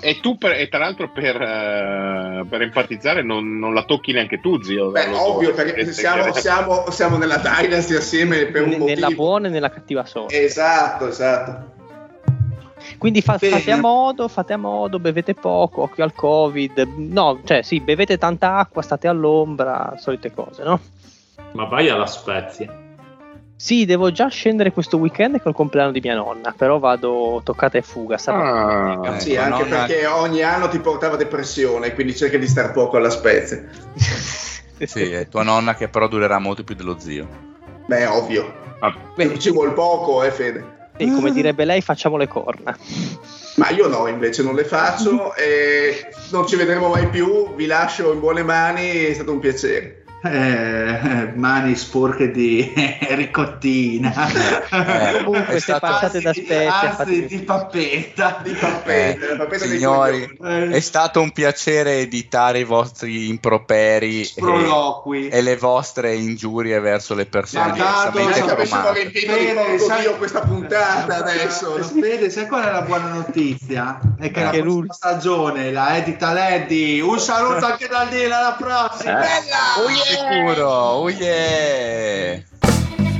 F: E tu, per- e tra l'altro, per, eh, per empatizzare, non, non la tocchi neanche tu, zio.
D: Beh,
F: Lo so, eh,
D: ovvio, perché siamo, siamo- siamo nella Dynasty assieme per un
G: Ne- Nella
D: motivo.
G: buona e nella cattiva
F: Eh,
G: sorte.
D: Esatto, esatto.
G: Quindi fa-
B: Bene.
G: fate a modo, fate a modo, bevete poco, occhio al covid. No, cioè sì, bevete tanta acqua, state all'ombra, solite cose, no?
C: Ma vai alla Spezia.
G: Sì, devo già scendere questo weekend col compleanno di mia nonna, però vado toccata e fuga. Sarà
F: Ah,
E: Eh,
D: Sì,
E: con
D: anche
E: nonna-
D: perché ogni anno ti portava depressione, quindi cerca di star poco alla spezia.
E: Sì, eh. è tua nonna che però durerà molto più dello zio.
D: Beh, ovvio.
F: ah,
D: Ci- Ci vuol poco, eh, Fede.
G: Sì, come direbbe lei, facciamo le corna.
D: Ma io no, invece non le faccio e non ci vedremo mai più. Vi lascio in buone mani, è stato un piacere.
B: eh, mani sporche di ricottina,
G: Eh, Comunque, se passate da Spezia,
B: anzi
G: fate-
B: di pappetta, Eh, di
I: Eh,
B: pappetta, pappetta dei
I: signori,
B: coglioni.
G: Eh,
I: è stato un piacere editare i vostri improperi e-
B: Sproloqui.
G: eh,
I: e, le vostre ingiurie verso le persone diversamente
J: che avessimo
I: domate.
J: riempito di porco Dio questa puntata adesso.
B: Spede, Eh, sai qual è la buona notizia? È che la
G: Anche
B: prossima stagione la edita Leddy. Un saluto anche dal Dina, alla prossima! Bella!
I: Sicuro, oh yeah!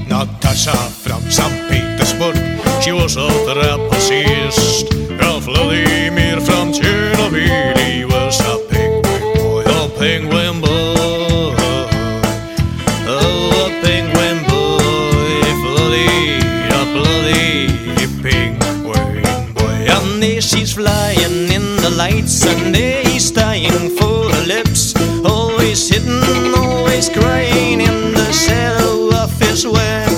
K: Natasha from St. Petersburg, she was a trapezist. And Vladimir from Chernobyl, he was a penguin boy, a penguin boy. Oh, a penguin boy, bloody, a bloody penguin boy. And there she's flying in the lights, and there he's dying for the lips. Always hidden, always crying in the shadow of his web.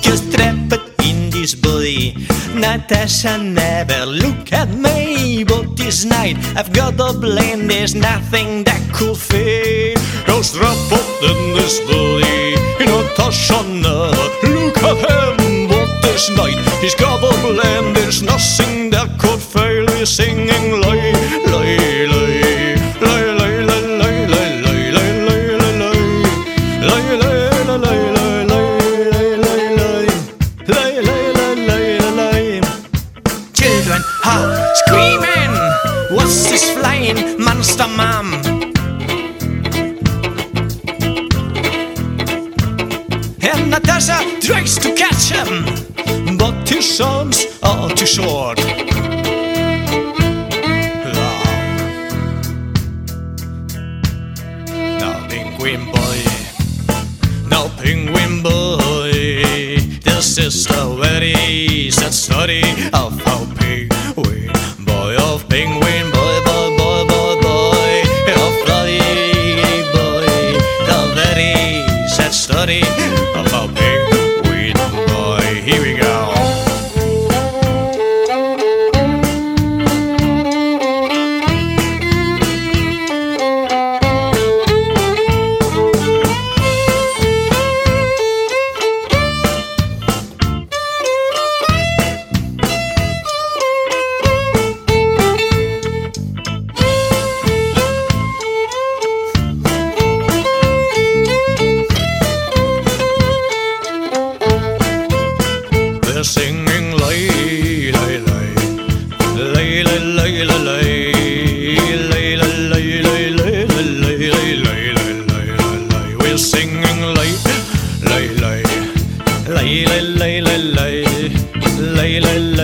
K: Just trapped in this body. Natasha never look at me, but this night I've got a blame. There's nothing that could fail. You're trapped in this body. Natasha never look at him, but this night he's got a blame. There's nothing that could fail. He's singing lie, lie, lie, lie, lie, lie, lie, lie, lie, lie, lie, lie, lie, lie, lie, lie, lie, lie, lie, lie, lie. Lay, lay, lay, lay, lay, lay. Children are screaming. What's this flying monster, mom? And Natasha tries to catch him, but his arms are too short. Now, penguin boy. Now penguin boy, this is the very sad story of how penguin boy, of penguin boy, boy, boy, boy, boy, of bloody boy, the very sad story of how penguin boy. Here we go. They're singing lay, lay, lay, lay, lay, lay, lay, lay, lay, lay, lay, lay, lay, lay, lay, lay, lay, lay, lay, lay, lay. We're singing lay, lay, lay, lay, lay, lay, lay, lay, lay, lay, lay,